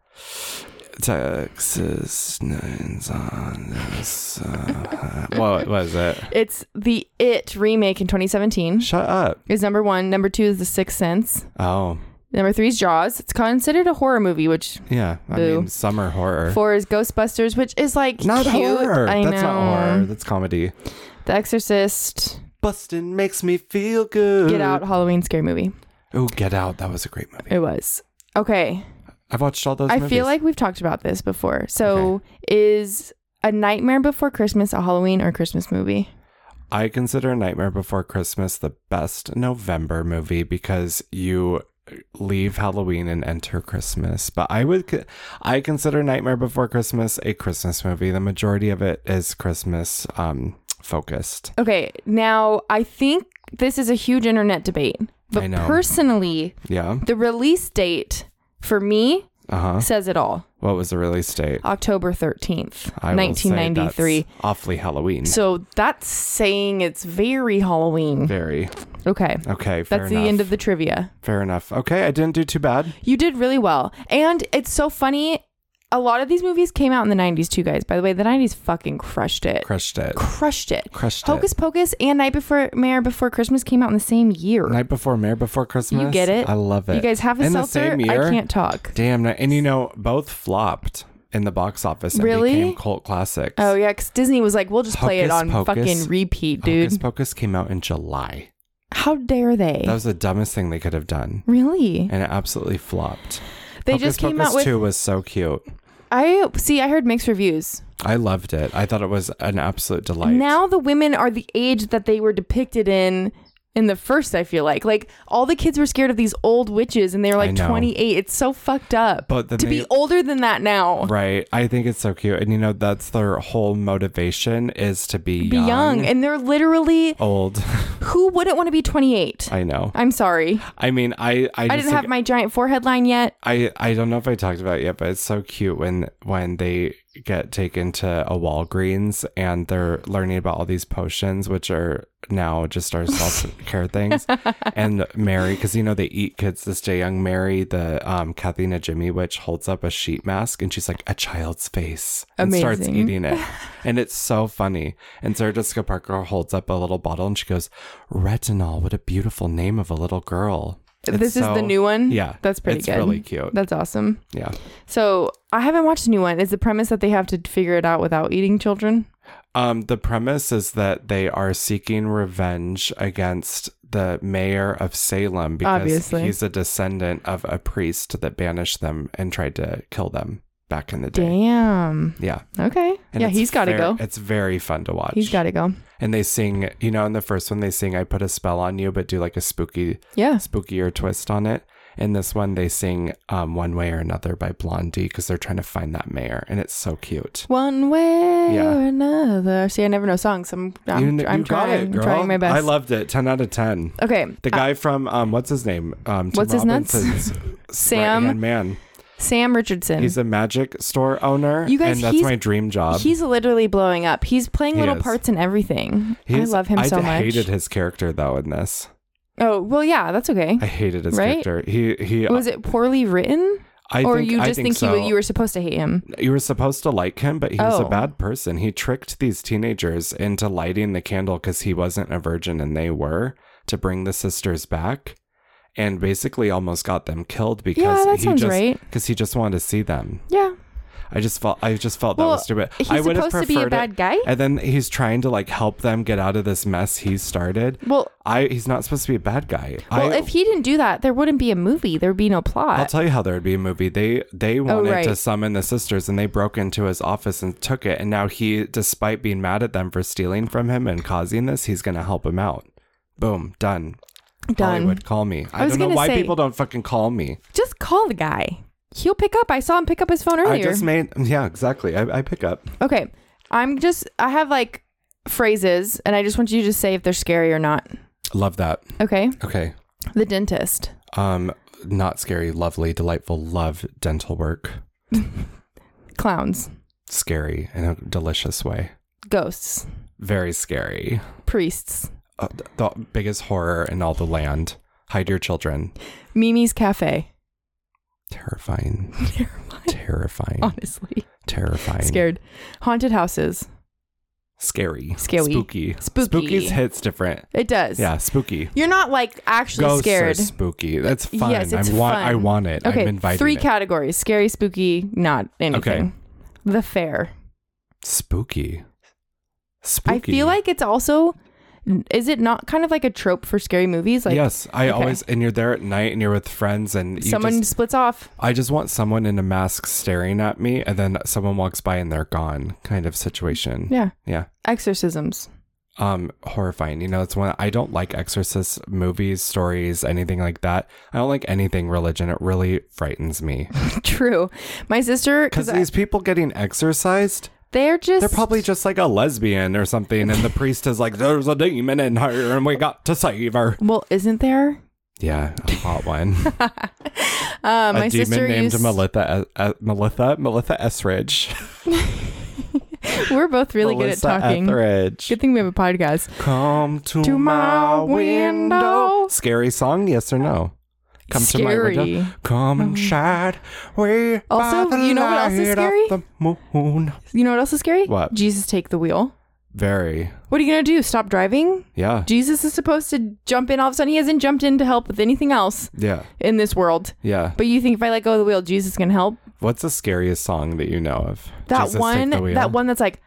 Speaker 2: Texas nines on this. Uh, what was it?
Speaker 1: It's the It remake in 2017
Speaker 2: Shut up.
Speaker 1: is number one. Number two is The Sixth Sense.
Speaker 2: Oh,
Speaker 1: Number three is Jaws. It's considered a horror movie, which
Speaker 2: yeah. I
Speaker 1: Boo.
Speaker 2: mean, summer horror.
Speaker 1: four is Ghostbusters, which is like
Speaker 2: not
Speaker 1: cute.
Speaker 2: horror.
Speaker 1: I
Speaker 2: That's
Speaker 1: know.
Speaker 2: not horror. That's comedy.
Speaker 1: The Exorcist,
Speaker 2: Bustin makes me feel good.
Speaker 1: Get Out, Halloween scary movie.
Speaker 2: Oh, Get Out. That was a great movie.
Speaker 1: It was okay.
Speaker 2: I've watched all those
Speaker 1: I
Speaker 2: movies.
Speaker 1: feel like we've talked about this before. So, is A Nightmare Before Christmas a Halloween or Christmas movie?
Speaker 2: I consider Nightmare Before Christmas the best November movie because you leave Halloween and enter Christmas. But I would co- I consider Nightmare Before Christmas a Christmas movie. The majority of it is Christmas um focused.
Speaker 1: Okay, now I think this is a huge internet debate, but
Speaker 2: I know.
Speaker 1: personally,
Speaker 2: Yeah.
Speaker 1: the release date for me
Speaker 2: Uh-huh.
Speaker 1: says it all.
Speaker 2: What was the release date?
Speaker 1: October 13th,
Speaker 2: I will say
Speaker 1: 1993.
Speaker 2: that's awfully Halloween.
Speaker 1: So that's saying it's very Halloween.
Speaker 2: Very.
Speaker 1: Okay.
Speaker 2: Okay, fair
Speaker 1: That's
Speaker 2: enough.
Speaker 1: the end of the trivia.
Speaker 2: fair enough. Okay, I didn't do too bad.
Speaker 1: You did really well. And it's so funny. A lot of these movies came out in the 90s, too, guys. By the way, the 90s fucking crushed it.
Speaker 2: Crushed it.
Speaker 1: Crushed it.
Speaker 2: Crushed
Speaker 1: Hocus
Speaker 2: it.
Speaker 1: Pocus and Night Before Mayor Before Christmas came out in the same year.
Speaker 2: Night before Mare before Christmas.
Speaker 1: You get it?
Speaker 2: I love it.
Speaker 1: you guys have a
Speaker 2: In the
Speaker 1: seltzer?
Speaker 2: same year?
Speaker 1: I can't talk.
Speaker 2: Damn, ni- and you know, both flopped in the box office and
Speaker 1: Really?
Speaker 2: became cult classics.
Speaker 1: Oh, yeah, because Disney was like, we'll just play it
Speaker 2: Hocus
Speaker 1: on
Speaker 2: Pocus.
Speaker 1: fucking repeat, dude.
Speaker 2: Hocus Pocus came out in July.
Speaker 1: How dare they?
Speaker 2: That was the dumbest thing they could have done,
Speaker 1: really?
Speaker 2: and it absolutely flopped.
Speaker 1: They
Speaker 2: Hocus
Speaker 1: just came
Speaker 2: Pocus
Speaker 1: out with.
Speaker 2: Two was so cute.
Speaker 1: I see, I heard mixed reviews.
Speaker 2: I loved it. I thought it was an absolute delight.
Speaker 1: Now the women are the age that they were depicted in in the first, I feel like. Like all the kids were scared of these old witches and they were
Speaker 2: I
Speaker 1: like
Speaker 2: know.
Speaker 1: 28. It's so fucked up.
Speaker 2: But then
Speaker 1: to
Speaker 2: they-
Speaker 1: be older than that now.
Speaker 2: right? I think it's so cute, and you know, that's their whole motivation is to be,
Speaker 1: Be young. And they're literally
Speaker 2: old.
Speaker 1: who wouldn't want to be 28?
Speaker 2: I know.
Speaker 1: I'm sorry.
Speaker 2: I mean, I I, just
Speaker 1: I didn't
Speaker 2: think-
Speaker 1: have my giant forehead line yet.
Speaker 2: I I don't know if I talked about it yet, but it's so cute when when they get taken to a Walgreens and they're learning about all these potions, which are now just our self care things. And Mary, because you know they eat kids to stay young. Mary, the um, Kathina Jimmy witch, holds up a sheet mask and she's like a child's face and starts
Speaker 1: Amazing.
Speaker 2: eating it, and it's so funny. And Sarah Jessica Parker holds up a little bottle and she goes, "Retinol, what a beautiful name of a little girl." It's
Speaker 1: this is the
Speaker 2: so-
Speaker 1: new one.
Speaker 2: yeah,
Speaker 1: That's pretty
Speaker 2: it's
Speaker 1: good.
Speaker 2: really cute.
Speaker 1: That's awesome.
Speaker 2: Yeah.
Speaker 1: So I haven't watched the new one. Is the premise that they have to figure it out without eating children?
Speaker 2: Um, the premise is that they are seeking revenge against the mayor of Salem because
Speaker 1: Obviously.
Speaker 2: he's a descendant of a priest that banished them and tried to kill them back in the day.
Speaker 1: Damn.
Speaker 2: Yeah.
Speaker 1: Okay.
Speaker 2: And
Speaker 1: yeah,
Speaker 2: it's
Speaker 1: he's got to
Speaker 2: ver-
Speaker 1: go.
Speaker 2: It's very fun to watch.
Speaker 1: He's got to go.
Speaker 2: And they sing, you know, in the first one, they sing, I put a spell on you, but do like a spooky,
Speaker 1: Yeah.
Speaker 2: spookier twist on it. In this one, they sing um, "One Way or Another" by Blondie because they're trying to find that mayor, and it's so cute.
Speaker 1: One way
Speaker 2: Yeah.
Speaker 1: or another. See, I never know songs. so I'm, I'm,
Speaker 2: kn-
Speaker 1: I'm
Speaker 2: got
Speaker 1: trying,
Speaker 2: it,
Speaker 1: I'm trying
Speaker 2: girl.
Speaker 1: my best.
Speaker 2: I loved it. Ten out of ten.
Speaker 1: Okay.
Speaker 2: The
Speaker 1: uh,
Speaker 2: guy from um, what's his name? Um, Tim
Speaker 1: What's his nuts?
Speaker 2: Robinson's
Speaker 1: Sam-
Speaker 2: right-hand man.
Speaker 1: Sam Richardson.
Speaker 2: He's a magic store owner.
Speaker 1: You guys,
Speaker 2: and that's
Speaker 1: he's-
Speaker 2: my dream job.
Speaker 1: He's literally blowing up. He's playing
Speaker 2: He
Speaker 1: little
Speaker 2: is.
Speaker 1: parts in everything.
Speaker 2: He's-
Speaker 1: I love him so
Speaker 2: I
Speaker 1: much.
Speaker 2: hated his character though in this.
Speaker 1: Oh well, yeah, that's okay.
Speaker 2: I hated his
Speaker 1: Right?
Speaker 2: character. He he.
Speaker 1: Was it poorly written,
Speaker 2: I
Speaker 1: or
Speaker 2: think,
Speaker 1: you
Speaker 2: I
Speaker 1: just think,
Speaker 2: so.
Speaker 1: you you were supposed to hate him?
Speaker 2: you were supposed to like him, but he was a
Speaker 1: Oh.
Speaker 2: bad person. He tricked these teenagers into lighting the candle because he wasn't a virgin and they were to bring the sisters back, and basically almost got them killed because
Speaker 1: Yeah, that
Speaker 2: he
Speaker 1: sounds
Speaker 2: just
Speaker 1: right.
Speaker 2: because he just wanted to see them.
Speaker 1: Yeah,
Speaker 2: I just felt I just felt that
Speaker 1: Well,
Speaker 2: was stupid.
Speaker 1: he's
Speaker 2: I would have
Speaker 1: supposed to be a
Speaker 2: preferred
Speaker 1: bad
Speaker 2: it-
Speaker 1: guy?
Speaker 2: and then he's trying to like help them get out of this mess he started.
Speaker 1: Well-
Speaker 2: I he's not supposed to be a bad guy.
Speaker 1: Well,
Speaker 2: I,
Speaker 1: if he didn't do that, there wouldn't be a movie. There would be no
Speaker 2: I'll
Speaker 1: plot.
Speaker 2: tell you how there would be a movie. They they wanted to
Speaker 1: Oh, right.
Speaker 2: summon the sisters, and they broke into his office and took it. And now he, despite being mad at them for stealing from him and causing this, he's going to help him out. Boom, done.
Speaker 1: Done.
Speaker 2: Hollywood, call me. I,
Speaker 1: I was
Speaker 2: don't know
Speaker 1: gonna
Speaker 2: why
Speaker 1: say-
Speaker 2: people don't fucking call me.
Speaker 1: Just call the guy. He'll pick up. I saw him pick up his phone earlier.
Speaker 2: I just made yeah, exactly. I, I pick up.
Speaker 1: okay, I'm just. I have like phrases, and I just want you to say if they're scary or not.
Speaker 2: Love that.
Speaker 1: Okay,
Speaker 2: Okay.
Speaker 1: the dentist,
Speaker 2: Um, not scary, lovely, delightful. Love dental work.
Speaker 1: clowns,
Speaker 2: Scary in a delicious way.
Speaker 1: ghosts,
Speaker 2: Very scary.
Speaker 1: priests,
Speaker 2: Uh, th- the biggest horror in all the land. Hide your children.
Speaker 1: Mimi's cafe.
Speaker 2: Terrifying. Terrifying.
Speaker 1: Oh. Honestly,
Speaker 2: Terrifying.
Speaker 1: scared. Haunted houses.
Speaker 2: Scary.
Speaker 1: Scary.
Speaker 2: Spooky.
Speaker 1: Spooky.
Speaker 2: Spooky's hits different.
Speaker 1: It does.
Speaker 2: Yeah, spooky.
Speaker 1: You're not like actually
Speaker 2: Ghosts
Speaker 1: scared.
Speaker 2: are spooky. That's fun.
Speaker 1: Yes, it's
Speaker 2: I want.
Speaker 1: fun.
Speaker 2: I want it. I'm
Speaker 1: Okay,
Speaker 2: inviting
Speaker 1: three
Speaker 2: it.
Speaker 1: categories: scary, spooky, not anything. The fair.
Speaker 2: spooky. Spooky.
Speaker 1: I feel like it's also is it not kind of like a trope for scary movies? Like
Speaker 2: yes,
Speaker 1: okay.
Speaker 2: I always and you're there at night and you're with friends and you
Speaker 1: someone
Speaker 2: just-
Speaker 1: splits off.
Speaker 2: I just want someone in a mask staring at me and then someone walks by and they're gone kind of situation.
Speaker 1: Yeah.
Speaker 2: Yeah.
Speaker 1: Exorcisms.
Speaker 2: um horrifying you know it's one i don't like exorcist movies stories anything like that i don't like anything religion it really frightens me
Speaker 1: True. My sister
Speaker 2: because
Speaker 1: because
Speaker 2: these people getting exorcised
Speaker 1: they're just
Speaker 2: they're probably just like a lesbian or something and the priest is like there's a demon in her and we got to save her
Speaker 1: well, isn't there?
Speaker 2: yeah a hot one
Speaker 1: Uh, my
Speaker 2: a
Speaker 1: sister
Speaker 2: demon named
Speaker 1: used.
Speaker 2: melitha uh, melitha melitha esridge
Speaker 1: We're both really
Speaker 2: Melissa
Speaker 1: good at talking.
Speaker 2: Etheridge.
Speaker 1: Good thing we have a podcast.
Speaker 2: Come to,
Speaker 1: To
Speaker 2: my,
Speaker 1: my
Speaker 2: window.
Speaker 1: window.
Speaker 2: Scary song, yes or no? Come
Speaker 1: Scary. Mm-hmm.
Speaker 2: to my window. Come inside. We
Speaker 1: Also,
Speaker 2: by the
Speaker 1: you know what else is
Speaker 2: light of
Speaker 1: scary?
Speaker 2: The moon.
Speaker 1: You know what else is scary?
Speaker 2: What?
Speaker 1: Jesus take the wheel.
Speaker 2: Very.
Speaker 1: What are you gonna do? Stop driving?
Speaker 2: Yeah.
Speaker 1: Jesus is supposed to jump in all of a sudden. He hasn't jumped in to help with anything else
Speaker 2: yeah.
Speaker 1: in this world.
Speaker 2: Yeah.
Speaker 1: But you think if I let go of the wheel, Jesus can help?
Speaker 2: What's the scariest song that you know of?
Speaker 1: That
Speaker 2: Jesus, take
Speaker 1: one,
Speaker 2: the wheel.
Speaker 1: that one that's like,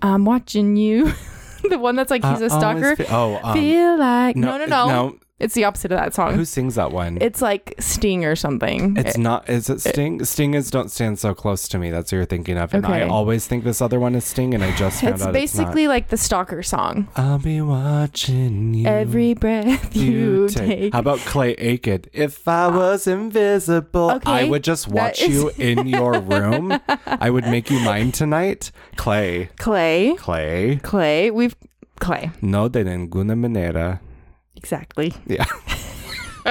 Speaker 1: I'm watching you. the one that's like
Speaker 2: I
Speaker 1: he's a
Speaker 2: always
Speaker 1: stalker.
Speaker 2: fe- oh, um,
Speaker 1: Feel like no, no, no,
Speaker 2: no.
Speaker 1: It's the opposite of that song.
Speaker 2: Who sings that one?
Speaker 1: it's like Sting or something.
Speaker 2: It's not. Is it Sting? Sting is "Don't Stand So Close to Me." That's what you're thinking of, and I
Speaker 1: Okay.
Speaker 2: always think this other one is Sting, and I just found
Speaker 1: It's
Speaker 2: out
Speaker 1: basically like the stalker song.
Speaker 2: It's not. I'll be watching you
Speaker 1: Every breath you, take. Ah.
Speaker 2: How about Clay Aiken? If I was invisible, I
Speaker 1: Okay,
Speaker 2: would just
Speaker 1: that
Speaker 2: watch
Speaker 1: is-
Speaker 2: you in your room. I would make you mine tonight, Clay.
Speaker 1: Clay,
Speaker 2: Clay.
Speaker 1: Clay, we've Clay
Speaker 2: No de ninguna manera.
Speaker 1: exactly.
Speaker 2: Yeah.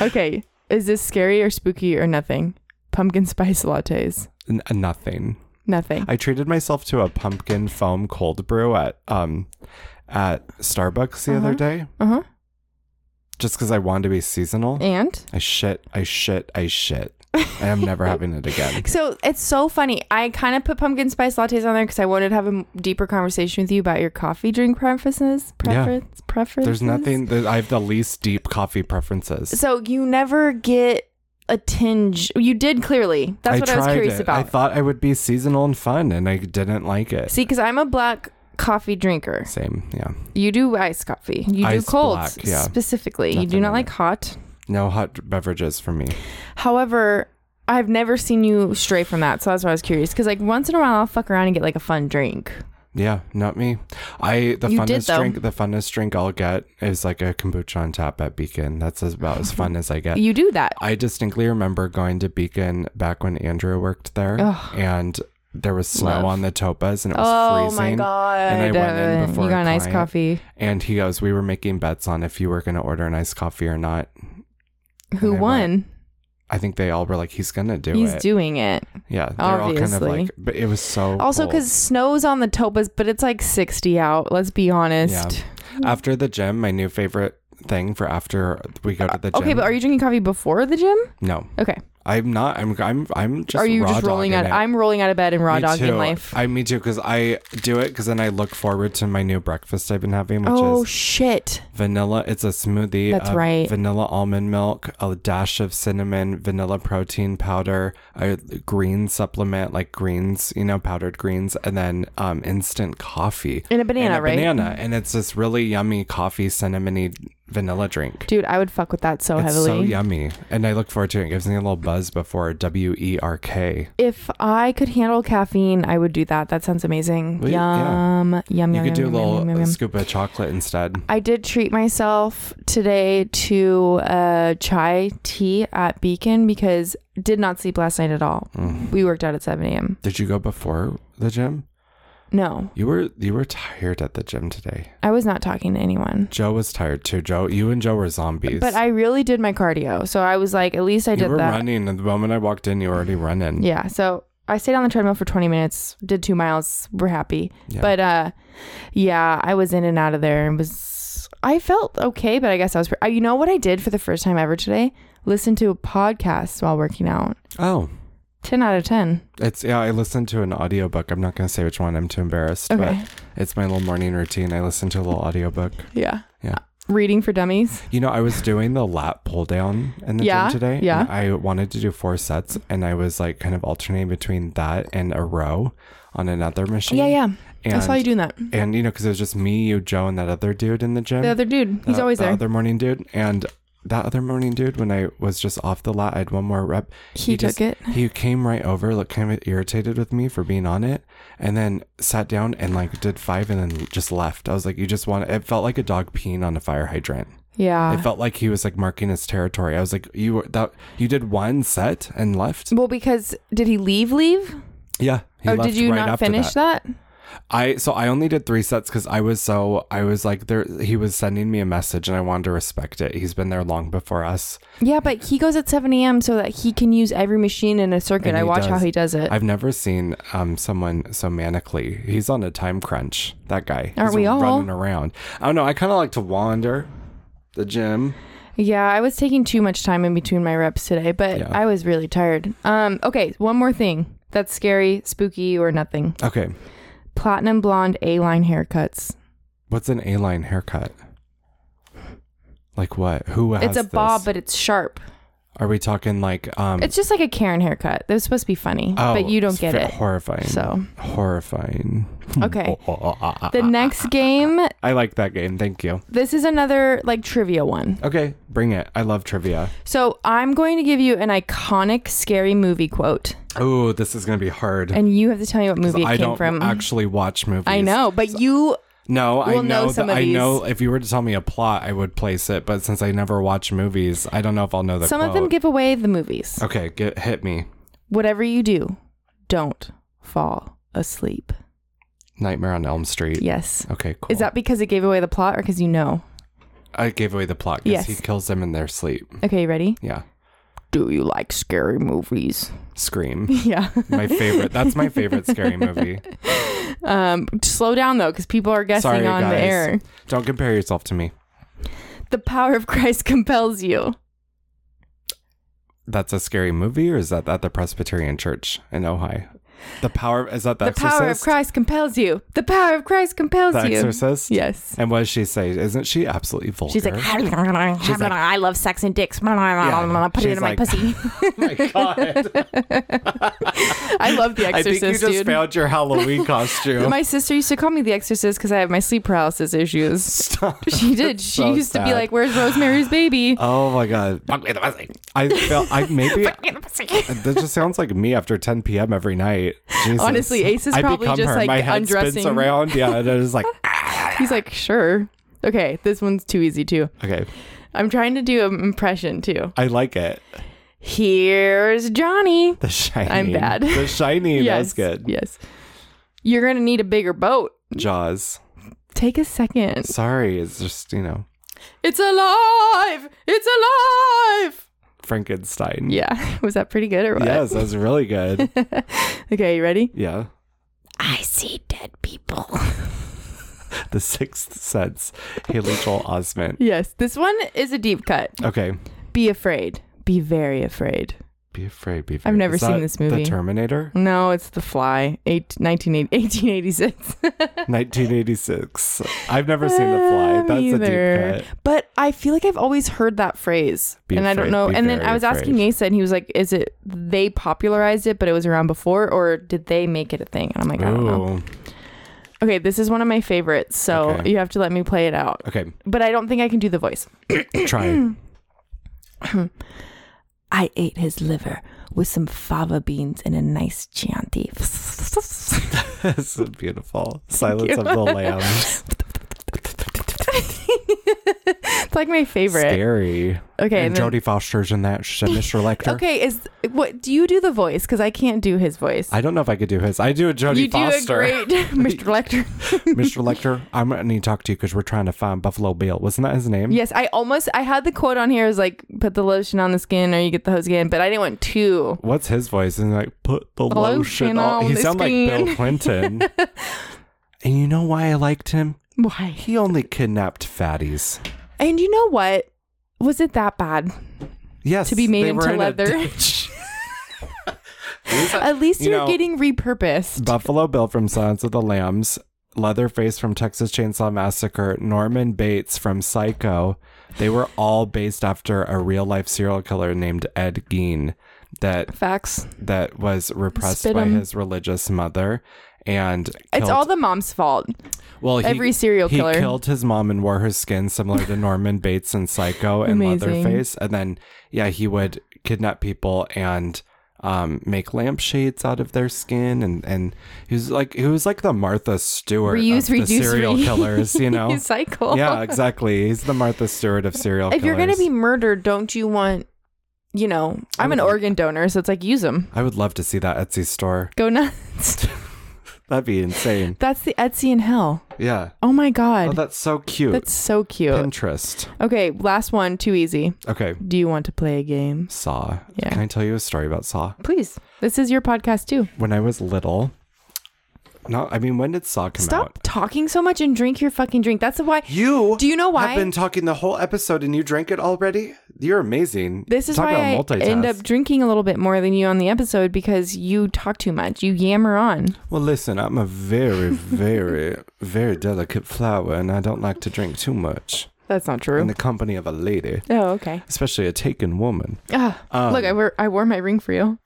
Speaker 1: Okay, is this scary or spooky or nothing? Pumpkin spice lattes,
Speaker 2: N- nothing.
Speaker 1: nothing.
Speaker 2: I treated myself to a pumpkin foam cold brew at um at Starbucks the other day,
Speaker 1: Uh huh.
Speaker 2: just because I wanted to be seasonal.
Speaker 1: And
Speaker 2: I shit. I shit. I shit. And I'm never having it again.
Speaker 1: So it's so funny. I kind of put pumpkin spice lattes on there because I wanted to have a m- deeper conversation with you about your coffee drink preferences.
Speaker 2: Yeah.
Speaker 1: Preference. Preferences.
Speaker 2: There's nothing. That I have the least deep coffee preferences.
Speaker 1: So you never get a tinge. You did clearly. That's what I was
Speaker 2: tried
Speaker 1: curious
Speaker 2: it.
Speaker 1: about.
Speaker 2: I thought I would be seasonal and fun, and I didn't like it.
Speaker 1: See, because I'm a black coffee drinker.
Speaker 2: Same, yeah.
Speaker 1: You do iced coffee. You do
Speaker 2: Iced
Speaker 1: colds
Speaker 2: black, yeah.
Speaker 1: specifically. you do
Speaker 2: Nothing
Speaker 1: not
Speaker 2: in
Speaker 1: like
Speaker 2: it.
Speaker 1: hot.
Speaker 2: No hot beverages for me.
Speaker 1: However. I've never seen you stray from that, so that's why I was curious. Because like once in a while, I'll fuck around and get like a fun drink.
Speaker 2: Yeah, not me. I the
Speaker 1: You did,
Speaker 2: funnest
Speaker 1: though.
Speaker 2: drink the funnest drink I'll get is like a kombucha on tap at Beacon. That's as- about as fun as I get.
Speaker 1: You do that.
Speaker 2: I distinctly remember going to Beacon back when Andrew worked there
Speaker 1: Ugh.
Speaker 2: and there was snow
Speaker 1: Love.
Speaker 2: on the topas and it was
Speaker 1: Oh
Speaker 2: freezing.
Speaker 1: my god!
Speaker 2: And I went in
Speaker 1: Uh,
Speaker 2: before
Speaker 1: you got
Speaker 2: a
Speaker 1: an iced
Speaker 2: client.
Speaker 1: coffee.
Speaker 2: And he goes, We were making bets on if you were gonna order an iced coffee or not.
Speaker 1: Who
Speaker 2: And I went,
Speaker 1: won?
Speaker 2: I think they all were like, He's gonna do
Speaker 1: He's
Speaker 2: it.
Speaker 1: doing it.
Speaker 2: yeah. They're all kind of
Speaker 1: Obviously.
Speaker 2: like but it was so
Speaker 1: Also,
Speaker 2: cold.
Speaker 1: because snow's on the topas, but it's like sixty out. Let's be honest.
Speaker 2: after the gym, my new favorite thing for after we go to the gym.
Speaker 1: Uh, Okay, but are you drinking coffee before the gym?
Speaker 2: No.
Speaker 1: Okay.
Speaker 2: I'm not. I'm. I'm. I'm just.
Speaker 1: are you
Speaker 2: raw
Speaker 1: just rolling out?
Speaker 2: dogging it.
Speaker 1: I'm rolling out of bed and raw
Speaker 2: Me
Speaker 1: dogging
Speaker 2: too.
Speaker 1: life.
Speaker 2: I me too because I do it because then I look forward to my new breakfast I've been having, which
Speaker 1: oh
Speaker 2: is
Speaker 1: shit!
Speaker 2: vanilla. It's a smoothie.
Speaker 1: That's
Speaker 2: of
Speaker 1: right.
Speaker 2: Vanilla almond milk, a dash of cinnamon, vanilla protein powder, a green supplement like greens, you know, powdered greens, and then um, instant coffee.
Speaker 1: In a banana,
Speaker 2: and a
Speaker 1: right?
Speaker 2: Banana, and it's this really yummy coffee cinnamony vanilla drink.
Speaker 1: Dude, I would fuck with that so
Speaker 2: It's
Speaker 1: heavily.
Speaker 2: so yummy, and I look forward to it. It gives me a little buzz before W E R K.
Speaker 1: If I could handle caffeine, I would do that. That sounds amazing.
Speaker 2: Well, yeah.
Speaker 1: yum, yum,
Speaker 2: You
Speaker 1: yum,
Speaker 2: could
Speaker 1: yum,
Speaker 2: do a
Speaker 1: yum,
Speaker 2: little
Speaker 1: yum, yum,
Speaker 2: uh,
Speaker 1: yum.
Speaker 2: scoop of chocolate instead.
Speaker 1: I did treat myself today to uh, chai tea at Beacon because did not sleep last night at all.
Speaker 2: Mm.
Speaker 1: We worked out at 7 a.m.
Speaker 2: Did you go before the gym?
Speaker 1: No,
Speaker 2: You were you were tired at the gym today.
Speaker 1: I was not talking to anyone.
Speaker 2: Joe was tired too. Joe, you and Joe were zombies.
Speaker 1: But I really did my cardio. So I was like, at least I
Speaker 2: you
Speaker 1: did
Speaker 2: were
Speaker 1: that.
Speaker 2: running, and the moment I walked in, you were already running.
Speaker 1: Yeah. So I stayed on the treadmill for 20 minutes, did two miles. We're happy.
Speaker 2: Yeah.
Speaker 1: But uh, yeah, I was in and out of there and was, I felt okay, but I guess I was, pre- I- you know what I did for the first time ever today? Listen to a podcast while working out.
Speaker 2: Oh,
Speaker 1: 10 out of 10.
Speaker 2: it's yeah. I listened to an audiobook. I'm not gonna say which one. I'm too embarrassed.
Speaker 1: Okay.
Speaker 2: But it's my little morning routine. I listen to a little audiobook.
Speaker 1: Yeah.
Speaker 2: Yeah.
Speaker 1: Reading for dummies.
Speaker 2: You know, I was doing the lat pull down in the
Speaker 1: Yeah,
Speaker 2: gym today.
Speaker 1: yeah.
Speaker 2: and I wanted to do four sets and I was like kind of alternating between that and a row on another machine.
Speaker 1: Yeah, yeah.
Speaker 2: And,
Speaker 1: I saw you doing that.
Speaker 2: And, you know, because it was just me, you, Joe, and that other dude in the gym.
Speaker 1: The other dude, he's
Speaker 2: That-
Speaker 1: always
Speaker 2: the
Speaker 1: there.
Speaker 2: other morning dude. And that other morning dude, when I was just off the lat, I had one more rep.
Speaker 1: He
Speaker 2: just-
Speaker 1: took it.
Speaker 2: He came right over, looked kind of irritated with me for being on it, and then sat down and like did five and then just left. I was like, you just want, it felt like a dog peeing on a fire hydrant.
Speaker 1: Yeah.
Speaker 2: It felt like he was like marking his territory. I was like, you were that you did one set and left.
Speaker 1: well, because did he leave? Leave?
Speaker 2: Yeah, he
Speaker 1: or
Speaker 2: left
Speaker 1: Oh, did you
Speaker 2: right
Speaker 1: not
Speaker 2: after
Speaker 1: finish that?
Speaker 2: I so I only did three sets because I was so I was like there. He was sending me a message and I wanted to respect it. He's been there long before us.
Speaker 1: Yeah, but he goes at 7 a.m. so that he can use every machine in a circuit.
Speaker 2: And
Speaker 1: I
Speaker 2: he
Speaker 1: watch how
Speaker 2: does.
Speaker 1: he does it.
Speaker 2: I've never seen um someone so manically. He's on a time crunch. That guy.
Speaker 1: Aren't
Speaker 2: He's
Speaker 1: we all?
Speaker 2: running around? I don't know. I kind of like to wander the gym.
Speaker 1: yeah, I was taking too much time in between my reps today, but
Speaker 2: Yeah.
Speaker 1: I was really tired. Um, okay, one more thing that's scary, spooky, or nothing.
Speaker 2: Okay,
Speaker 1: Platinum blonde A-line haircuts.
Speaker 2: what's an A line haircut? Like what? Who has
Speaker 1: it's a
Speaker 2: this?
Speaker 1: bob, but it's sharp.
Speaker 2: Are we talking like um?
Speaker 1: It's just like a Karen haircut. It was supposed to be funny, but you don't
Speaker 2: Oh, it's Hmm.
Speaker 1: get
Speaker 2: fa-
Speaker 1: it.
Speaker 2: Horrifying.
Speaker 1: So
Speaker 2: horrifying. Oh.
Speaker 1: okay, the next game.
Speaker 2: I like that game. Thank you.
Speaker 1: This is another like trivia one.
Speaker 2: Okay, bring it. I love trivia.
Speaker 1: So I'm going to give you an iconic scary movie quote,
Speaker 2: Oh, this is gonna be hard.
Speaker 1: and you have to tell me what
Speaker 2: 'cause
Speaker 1: movie it
Speaker 2: I
Speaker 1: came
Speaker 2: don't
Speaker 1: from.
Speaker 2: actually watch movies.
Speaker 1: I know, but you
Speaker 2: No, I
Speaker 1: We'll know
Speaker 2: know.
Speaker 1: some
Speaker 2: that,
Speaker 1: of
Speaker 2: I
Speaker 1: these.
Speaker 2: know. If you were to tell me a plot, I would place it. But since I never watch movies, I don't know if I'll know the.
Speaker 1: some of them
Speaker 2: quote.
Speaker 1: give away the movies.
Speaker 2: Okay, get hit me.
Speaker 1: Whatever you do, don't fall asleep.
Speaker 2: Nightmare on Elm Street.
Speaker 1: Yes.
Speaker 2: Okay, cool.
Speaker 1: Is that because it gave away the plot or because you know?
Speaker 2: I gave away the plot
Speaker 1: Yes.
Speaker 2: because he kills them in their sleep.
Speaker 1: Okay, you ready?
Speaker 2: Yeah,
Speaker 1: Do you like scary movies?
Speaker 2: Scream.
Speaker 1: Yeah.
Speaker 2: my favorite. That's my favorite scary movie.
Speaker 1: Um, slow down though, because people are guessing
Speaker 2: Sorry,
Speaker 1: on the
Speaker 2: guys.
Speaker 1: air.
Speaker 2: Don't compare yourself to me.
Speaker 1: The power of Christ compels you.
Speaker 2: That's a scary movie, or is that at the Presbyterian Church in Ojai? The power is that the,
Speaker 1: the
Speaker 2: Exorcist?
Speaker 1: power of Christ compels you. The power of Christ compels
Speaker 2: The
Speaker 1: you.
Speaker 2: Exorcist.
Speaker 1: Yes.
Speaker 2: And what does she say? Isn't she absolutely vulgar?
Speaker 1: She's like,
Speaker 2: She's like-
Speaker 1: I love sex and dicks. Yeah. Put it
Speaker 2: She's
Speaker 1: in
Speaker 2: like-
Speaker 1: my pussy.
Speaker 2: oh my god!
Speaker 1: I love The
Speaker 2: I
Speaker 1: Exorcist,
Speaker 2: think you just
Speaker 1: dude.
Speaker 2: found your Halloween costume.
Speaker 1: My sister used to call me the exorcist because I have my sleep paralysis issues. She did. She
Speaker 2: so
Speaker 1: used to be
Speaker 2: sad.
Speaker 1: like, Where's Rosemary's baby?
Speaker 2: oh my god! I felt I maybe that just sounds like me after 10 p.m. every night. right. Jesus.
Speaker 1: Honestly, Ace is
Speaker 2: I
Speaker 1: probably
Speaker 2: become
Speaker 1: just,
Speaker 2: her.
Speaker 1: like,
Speaker 2: my head spins
Speaker 1: undressing.
Speaker 2: around. Yeah, and I was like,
Speaker 1: He's like, sure. Okay, this one's too easy too.
Speaker 2: okay,
Speaker 1: I'm trying to do an impression too.
Speaker 2: I like it.
Speaker 1: Here's Johnny.
Speaker 2: The shining.
Speaker 1: bad.
Speaker 2: The shining.
Speaker 1: yes,
Speaker 2: That's good.
Speaker 1: Yes. You're gonna need a bigger boat.
Speaker 2: Jaws.
Speaker 1: Take a second.
Speaker 2: Sorry, it's just you know
Speaker 1: It's alive. It's alive.
Speaker 2: Frankenstein.
Speaker 1: Yeah. Was that pretty good or what?
Speaker 2: Yes, that's really good.
Speaker 1: Okay, you ready?
Speaker 2: yeah.
Speaker 1: I see dead people.
Speaker 2: The Sixth Sense. Haley Joel Osment.
Speaker 1: yes. This one is a deep cut.
Speaker 2: Okay.
Speaker 1: Be afraid. Be very afraid.
Speaker 2: Be afraid. Be afraid.
Speaker 1: I've never
Speaker 2: Is
Speaker 1: seen
Speaker 2: that
Speaker 1: this movie.
Speaker 2: The Terminator.
Speaker 1: No, it's The Fly, eight, 1980 1886.
Speaker 2: 1986. I've never seen The Fly.
Speaker 1: Uh, Me
Speaker 2: That's a
Speaker 1: either.
Speaker 2: deep cut.
Speaker 1: But I feel like I've always heard that phrase.
Speaker 2: Be
Speaker 1: and I
Speaker 2: afraid,
Speaker 1: don't know.
Speaker 2: be
Speaker 1: And then
Speaker 2: very
Speaker 1: I was asking
Speaker 2: afraid.
Speaker 1: Asa, and he was like, is it they popularized it, but it was around before, or did they make it a thing? And I'm like, I don't know.
Speaker 2: Ooh.
Speaker 1: Okay, this is one of my favorites. So
Speaker 2: Okay.
Speaker 1: you have to let me play it out.
Speaker 2: Okay.
Speaker 1: But I don't think I can do the voice.
Speaker 2: Try.
Speaker 1: I ate his liver with some fava beans and a nice chianti.
Speaker 2: this is beautiful. Silence
Speaker 1: you.
Speaker 2: of the Lambs.
Speaker 1: it's like my favorite.
Speaker 2: Scary.
Speaker 1: Okay, and
Speaker 2: and
Speaker 1: then-
Speaker 2: Jodie Foster's in that. She's a Mr. Lecter.
Speaker 1: Okay, is what do you do the voice? Because I can't do his voice.
Speaker 2: I don't know if I could do his. I do a Jodie
Speaker 1: you do
Speaker 2: Foster.
Speaker 1: a great Mr. Lecter.
Speaker 2: Mr. Lecter, I'm gonna need to talk to you because we're trying to find Buffalo Bill. Wasn't that his name?
Speaker 1: Yes, I almost I had the quote on here is like put the lotion on the skin or you get the hose again, but I didn't want two.
Speaker 2: What's his voice? And like, put the
Speaker 1: Hello,
Speaker 2: lotion
Speaker 1: Shannon,
Speaker 2: on. He
Speaker 1: the
Speaker 2: sounded like Bill
Speaker 1: screen.
Speaker 2: Clinton. and you know why I liked him?
Speaker 1: Why?
Speaker 2: He only kidnapped fatties.
Speaker 1: And you know what? Was it that bad?
Speaker 2: Yes,
Speaker 1: To be made
Speaker 2: they
Speaker 1: into
Speaker 2: were in a
Speaker 1: leather.
Speaker 2: ditch.
Speaker 1: At least
Speaker 2: You
Speaker 1: you are
Speaker 2: know-
Speaker 1: getting repurposed.
Speaker 2: Buffalo Bill from Silence of the Lambs, Leatherface from Texas Chainsaw Massacre, Norman Bates from Psycho. They were all based after a real life serial killer named Ed Gein that
Speaker 1: Facts.
Speaker 2: that was repressed
Speaker 1: Spit
Speaker 2: by
Speaker 1: 'em.
Speaker 2: his religious mother and
Speaker 1: It's
Speaker 2: killed-
Speaker 1: all the mom's fault.
Speaker 2: well, he-
Speaker 1: every serial killer.
Speaker 2: He killed his mom and wore her skin similar to Norman Bates in Psycho and
Speaker 1: Amazing.
Speaker 2: Leatherface. And then yeah, he would kidnap people and um, make lampshades out of their skin and, and he was like he was like the Martha Stewart
Speaker 1: Reuse,
Speaker 2: of the
Speaker 1: reduce,
Speaker 2: serial
Speaker 1: reuse.
Speaker 2: killers, you know?
Speaker 1: Cycle.
Speaker 2: yeah, exactly. He's the Martha Stewart of serial
Speaker 1: If
Speaker 2: killers.
Speaker 1: you're gonna be murdered, don't you want? You know, I'm an
Speaker 2: would-
Speaker 1: organ donor, so it's like use them.
Speaker 2: I would love to see that Etsy store.
Speaker 1: Go nuts.
Speaker 2: That'd be insane.
Speaker 1: That's the Etsy in hell.
Speaker 2: Yeah.
Speaker 1: Oh my
Speaker 2: Oh,
Speaker 1: god,
Speaker 2: that's so cute.
Speaker 1: that's so cute.
Speaker 2: Pinterest.
Speaker 1: Okay, last one. Too easy.
Speaker 2: Okay.
Speaker 1: Do you want to play a game?
Speaker 2: Saw.
Speaker 1: Yeah.
Speaker 2: Can I tell you a story about Saw?
Speaker 1: Please. This is your podcast too.
Speaker 2: When I was little, no, I mean, when did Saw come
Speaker 1: Stop
Speaker 2: out?
Speaker 1: talking so much and drink your fucking drink. That's why.
Speaker 2: You
Speaker 1: Do you know why?
Speaker 2: have been talking the whole episode and you drank it already? You're amazing.
Speaker 1: This is
Speaker 2: Talk
Speaker 1: why
Speaker 2: about
Speaker 1: I
Speaker 2: multitask.
Speaker 1: end up drinking a little bit more than you on the episode because you talk too much. You yammer on.
Speaker 2: Well, listen, I'm a very, very, very delicate flower and I don't like to drink too much
Speaker 1: That's not true.
Speaker 2: in the company of a lady,
Speaker 1: oh, okay.
Speaker 2: especially a taken woman.
Speaker 1: Ah,
Speaker 2: Um,
Speaker 1: look, I wore I wore my ring for you.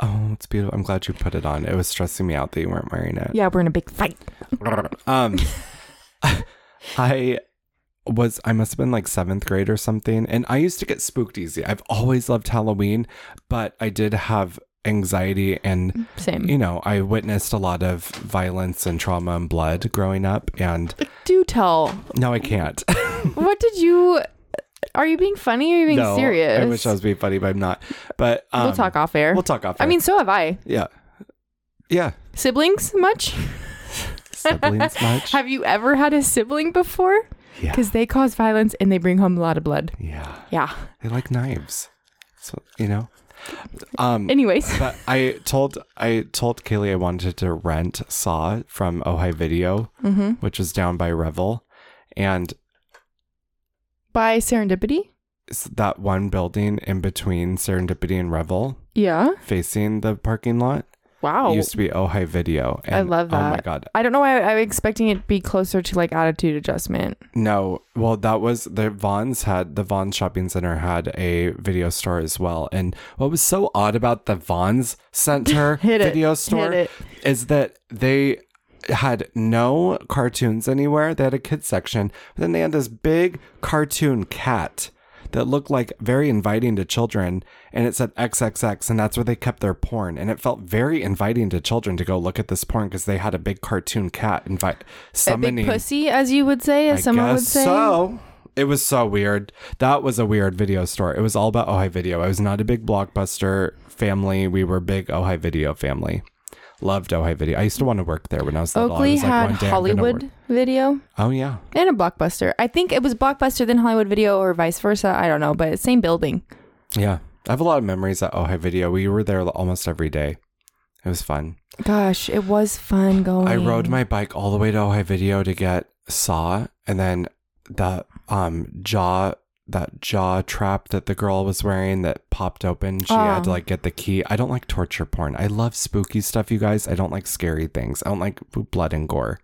Speaker 2: Oh, it's beautiful. I'm glad you put it on. It was stressing me out that you weren't wearing it.
Speaker 1: Yeah, we're in a big fight.
Speaker 2: um i was i must have been like seventh grade or something and i used to get spooked easy i've always loved halloween but i did have anxiety and
Speaker 1: Same.
Speaker 2: you know i witnessed a lot of violence and trauma and blood growing up and
Speaker 1: Do tell.
Speaker 2: no i can't
Speaker 1: what did you? Are you being funny? or Are you being
Speaker 2: no,
Speaker 1: serious?
Speaker 2: i wish i was being funny but i'm not but um,
Speaker 1: we'll talk off air.
Speaker 2: we'll talk off
Speaker 1: I
Speaker 2: air.
Speaker 1: mean, so have I.
Speaker 2: yeah yeah
Speaker 1: Siblings much?
Speaker 2: siblings much
Speaker 1: Have you ever had a sibling before?
Speaker 2: yeah
Speaker 1: Because they cause violence and they bring home a lot of blood.
Speaker 2: yeah
Speaker 1: Yeah.
Speaker 2: they like knives so you know um
Speaker 1: Anyways,
Speaker 2: but I told I told Kaylee I wanted to rent Saw from Ojai Video,
Speaker 1: Mm-hmm.
Speaker 2: which is down by Revel, and
Speaker 1: by serendipity.
Speaker 2: it's that one building in between Serendipity and Revel,
Speaker 1: Yeah.
Speaker 2: facing the parking lot,
Speaker 1: Wow.
Speaker 2: used to be Ojai Video. And
Speaker 1: Oh. I love that.
Speaker 2: Oh my god,
Speaker 1: I don't know why I, I was expecting it to be closer to like attitude adjustment.
Speaker 2: No, well, that was the Vaughn's had the Vaughn's shopping center had a video store as well. And what was so odd about the Vaughn's Center
Speaker 1: Hit it.
Speaker 2: video
Speaker 1: Hit
Speaker 2: store
Speaker 1: it.
Speaker 2: is that they had no cartoons anywhere. They had a kids section, but then they had this big cartoon cat that looked like very inviting to children and it said XXX and that's where they kept their porn and it felt very inviting to children to go look at this porn because they had a big cartoon cat invite
Speaker 1: A big
Speaker 2: summoning
Speaker 1: pussy, as you would say, as
Speaker 2: I
Speaker 1: someone would
Speaker 2: guess
Speaker 1: say.
Speaker 2: So it was so weird. That was a weird video store. It was all about Ojai Video. I was not a big blockbuster family. We were big Ojai Video family. Loved Ojai Video. I used to want to work there when I was little. I
Speaker 1: Oakley
Speaker 2: was like,
Speaker 1: had
Speaker 2: one day I'm gonna work-
Speaker 1: Hollywood video
Speaker 2: Oh yeah,
Speaker 1: and a blockbuster. I think it was blockbuster then Hollywood video or vice versa. I don't know, but same building.
Speaker 2: yeah. I have a lot of memories at Ojai Video. We were there almost every day. It was fun.
Speaker 1: Gosh, it was fun going.
Speaker 2: I rode my bike all the way to Ojai Video to get Saw, and then that um jaw that jaw trap that the girl was wearing that popped open. She had to
Speaker 1: Oh.
Speaker 2: like get the key. I don't like torture porn. I love spooky stuff, you guys. I don't like scary things. I don't like blood and gore.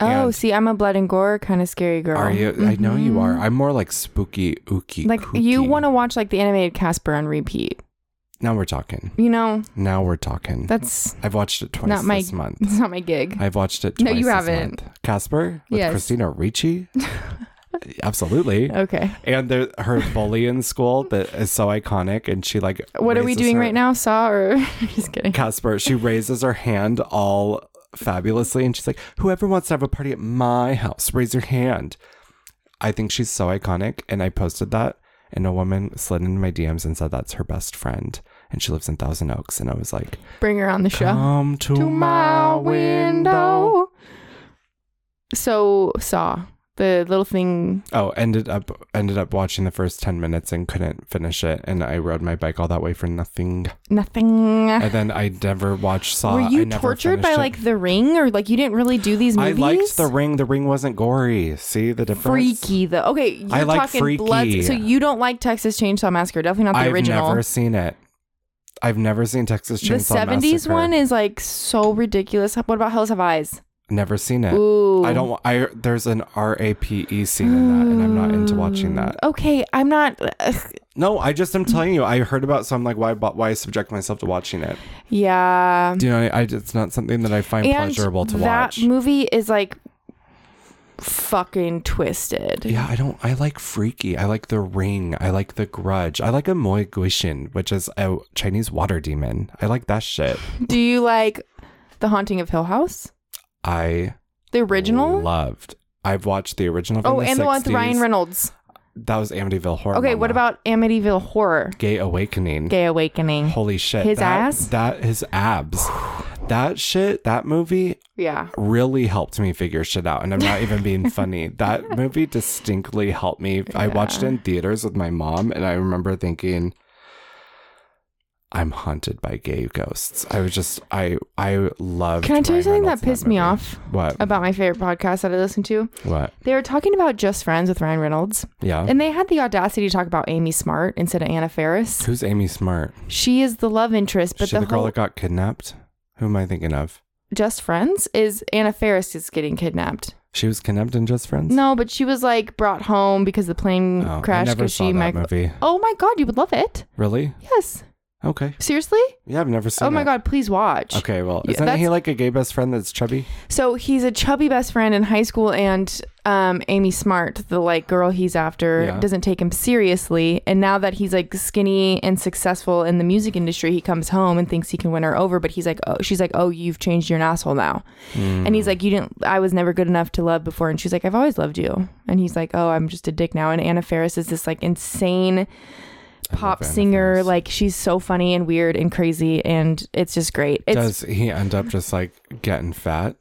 Speaker 1: Oh,
Speaker 2: and-
Speaker 1: see, I'm a blood and gore kind of scary girl.
Speaker 2: Are you? I know you are.
Speaker 1: Mhm.
Speaker 2: I'm more like spooky, ooky.
Speaker 1: Like you
Speaker 2: kooky.
Speaker 1: want to watch like the animated Casper on repeat.
Speaker 2: Now we're talking.
Speaker 1: You know,
Speaker 2: Now we're talking.
Speaker 1: that's
Speaker 2: I've watched it twice
Speaker 1: not my-
Speaker 2: this month.
Speaker 1: that's not my gig.
Speaker 2: I've watched it. Twice
Speaker 1: No, you
Speaker 2: this
Speaker 1: haven't.
Speaker 2: month. Casper with
Speaker 1: Yes.
Speaker 2: Christina Ricci. Absolutely.
Speaker 1: Okay.
Speaker 2: and there, her bully in school that is so iconic and she like
Speaker 1: What are we
Speaker 2: raises
Speaker 1: doing
Speaker 2: her-
Speaker 1: right now? Saw or just kidding.
Speaker 2: casper she raises her hand all fabulously and she's like whoever wants to have a party at my house raise your hand i think she's so iconic and i posted that and a woman slid into my dms and said that's her best friend and she lives in thousand oaks and i was like
Speaker 1: Bring her on the show.
Speaker 2: come to,
Speaker 1: to my window. So saw the little thing.
Speaker 2: Oh, ended up ended up watching the first ten minutes and couldn't finish it, and I rode my bike all that way for nothing.
Speaker 1: Nothing.
Speaker 2: and then I never watched Saw.
Speaker 1: Were
Speaker 2: I
Speaker 1: you
Speaker 2: never
Speaker 1: tortured by
Speaker 2: finished it.
Speaker 1: like The Ring, or like you didn't really do these
Speaker 2: I
Speaker 1: movies?
Speaker 2: liked The Ring. The Ring wasn't gory. See the difference?
Speaker 1: Freaky though. Okay, you're
Speaker 2: I like
Speaker 1: talking
Speaker 2: freaky.
Speaker 1: blood. So you don't like Texas Chainsaw Massacre? Definitely not the
Speaker 2: I've
Speaker 1: original.
Speaker 2: never seen it. I've never seen Texas
Speaker 1: the
Speaker 2: Chainsaw
Speaker 1: seventies
Speaker 2: Massacre.
Speaker 1: one is like so ridiculous. What about Hills Have Eyes?
Speaker 2: never seen it.
Speaker 1: Ooh,
Speaker 2: I don't. wa- I there's an rape E scene in that, and I'm not into watching that.
Speaker 1: Mm. Okay, I'm not. ugh.
Speaker 2: No, I just am telling you. I heard about, so I'm like, why? bo- Why subject myself to watching it?
Speaker 1: yeah,
Speaker 2: Do you know? I, it's not something that I find
Speaker 1: Mm. and
Speaker 2: pleasurable to
Speaker 1: that
Speaker 2: watch.
Speaker 1: movie is like fucking twisted.
Speaker 2: Yeah, I don't. I like Freaky. I like The Ring. I like The Grudge. I like a Moi Guishin, which is a Chinese water demon. I like that shit.
Speaker 1: Do you like The Haunting of Hill House?
Speaker 2: I
Speaker 1: The original?
Speaker 2: loved. I've watched the original. From
Speaker 1: oh, and the one with Ryan
Speaker 2: 60s.
Speaker 1: Reynolds.
Speaker 2: That was Amityville Horror.
Speaker 1: Okay, what
Speaker 2: Mama.
Speaker 1: about Amityville Horror?
Speaker 2: Gay Awakening?
Speaker 1: Gay Awakening.
Speaker 2: Holy shit!
Speaker 1: His
Speaker 2: that,
Speaker 1: ass?
Speaker 2: That his abs. that shit. That movie
Speaker 1: Yeah.
Speaker 2: really helped me figure shit out, and I'm not even being funny. That movie distinctly helped me. I watched it in theaters with my mom, and I remember thinking. I'm haunted by gay ghosts. I was just I I loved.
Speaker 1: Can I tell you
Speaker 2: Ryan
Speaker 1: something
Speaker 2: Reynolds
Speaker 1: that
Speaker 2: in
Speaker 1: pissed me
Speaker 2: movie.
Speaker 1: off
Speaker 2: What?
Speaker 1: about my favorite podcast that I listen to?
Speaker 2: what?
Speaker 1: They were talking about Just Friends with Ryan Reynolds,
Speaker 2: Yeah.
Speaker 1: and they had the audacity to talk about Amy Smart instead of Anna Faris.
Speaker 2: Who's Amy Smart?
Speaker 1: She is the love interest, but
Speaker 2: she
Speaker 1: the,
Speaker 2: the, girl
Speaker 1: whole
Speaker 2: that got kidnapped? Who am I thinking of?
Speaker 1: Just Friends is Anna Faris is getting kidnapped.
Speaker 2: She was kidnapped in Just Friends?
Speaker 1: No, but she was like brought home because the plane
Speaker 2: Oh,
Speaker 1: crashed
Speaker 2: I never
Speaker 1: because
Speaker 2: saw
Speaker 1: she
Speaker 2: that
Speaker 1: micro-
Speaker 2: movie.
Speaker 1: Oh my god, you would love it.
Speaker 2: Really?
Speaker 1: Yes.
Speaker 2: Okay.
Speaker 1: Seriously?
Speaker 2: Yeah, I've never seen
Speaker 1: oh my
Speaker 2: it.
Speaker 1: god, please watch.
Speaker 2: Okay, well,
Speaker 1: Yeah,
Speaker 2: isn't
Speaker 1: that's-
Speaker 2: he like a gay best friend that's chubby?
Speaker 1: So he's a chubby best friend in high school and um Amy Smart, the like girl he's after,
Speaker 2: Yeah.
Speaker 1: doesn't take him seriously. And now that he's like skinny and successful in the music industry, he comes home and thinks he can win her over, but he's like oh she's like, Oh, you've changed, you're an asshole now. And
Speaker 2: Mm.
Speaker 1: he's like, You didn't I was never good enough to love before and she's like, I've always loved you and he's like, Oh, I'm just a dick now and Anna Faris is this like insane pop
Speaker 2: Anna
Speaker 1: singer.
Speaker 2: Faris.
Speaker 1: Like she's so funny and weird and crazy, and it's just great. It's
Speaker 2: Does he end up just like getting fat?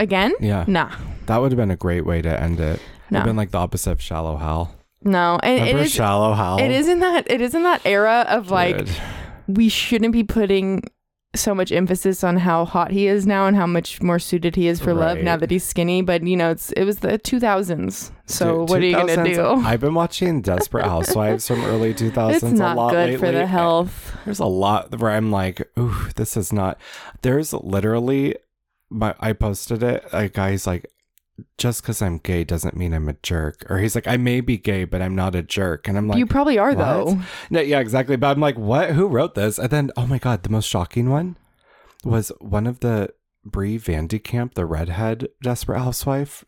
Speaker 1: again,
Speaker 2: Yeah.
Speaker 1: nah,
Speaker 2: That would have been a great way to end it.
Speaker 1: Mm. No.
Speaker 2: It'd been like the opposite of Shallow Hal.
Speaker 1: no, and it
Speaker 2: Remember
Speaker 1: is.
Speaker 2: Shallow Hal?
Speaker 1: It is in that. It is in that era of like
Speaker 2: Dude.
Speaker 1: we shouldn't be putting so much emphasis on how hot he is now and how much more suited he is for love now
Speaker 2: Right.
Speaker 1: that he's skinny. But you know, it's it was the two thousands. So
Speaker 2: Dude,
Speaker 1: what are you gonna
Speaker 2: 2000s
Speaker 1: do?
Speaker 2: I've been watching Desperate Housewives from early 2000s
Speaker 1: It's not
Speaker 2: a lot
Speaker 1: good
Speaker 2: lately.
Speaker 1: for the health.
Speaker 2: There's a lot where I'm like, ooh, this is not. There's literally, my I posted it. A guy's like, just because I'm gay doesn't mean I'm a jerk. Or he's like, I may be gay, but I'm not a jerk. And I'm like,
Speaker 1: you probably are
Speaker 2: what?
Speaker 1: though.
Speaker 2: No, yeah, exactly. But I'm like, what? Who wrote this? And then, oh my god, the most shocking one was one of the Brie Vandekamp, the redhead desperate housewife.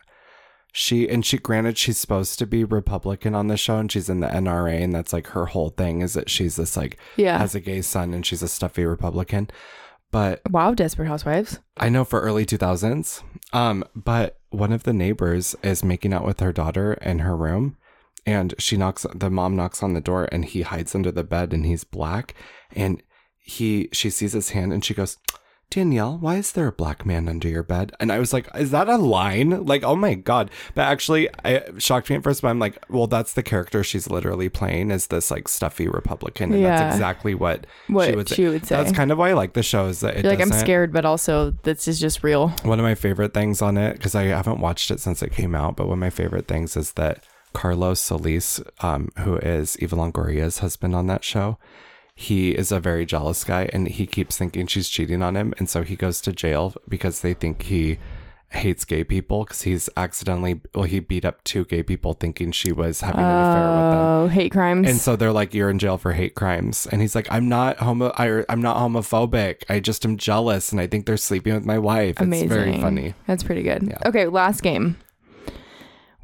Speaker 2: She and she granted she's supposed to be Republican on the show and she's in the NRA and that's like her whole thing is that she's this like
Speaker 1: Yeah.
Speaker 2: has a gay son and she's a stuffy Republican. But
Speaker 1: wow, Desperate Housewives.
Speaker 2: I know for early 2000s. Um, but one of the neighbors is making out with her daughter in her room, and she knocks. The mom knocks on the door, and he hides under the bed, and he's black. And he, she sees his hand, and she goes, Danielle, why is there a black man under your bed? And I was like, is that a line? Like, oh my god! But actually, I it shocked me at first. But I'm like, well, that's the character she's literally playing is this like stuffy Republican, and
Speaker 1: Yeah.
Speaker 2: that's exactly what
Speaker 1: What
Speaker 2: she would say.
Speaker 1: she would say.
Speaker 2: That's kind of why I like the show is that it
Speaker 1: You're like, I'm
Speaker 2: doesn't-
Speaker 1: scared, but also this is just real.
Speaker 2: one of my favorite things on it because I haven't watched it since it came out, but one of my favorite things is that Carlos Solis, um, who is Eva Longoria's husband on that show, he is a very jealous guy and he keeps thinking she's cheating on him, and so he goes to jail because they think he hates gay people because he's accidentally well he beat up two gay people thinking she was having an affair with them.
Speaker 1: Oh, hate crimes.
Speaker 2: And so they're like, "You're in jail for hate crimes." And he's like, "I'm not homo. I, I'm not homophobic. I just am jealous, and I think they're sleeping with my wife."
Speaker 1: Amazing.
Speaker 2: It's very funny.
Speaker 1: That's pretty good.
Speaker 2: Yeah.
Speaker 1: Okay, last game.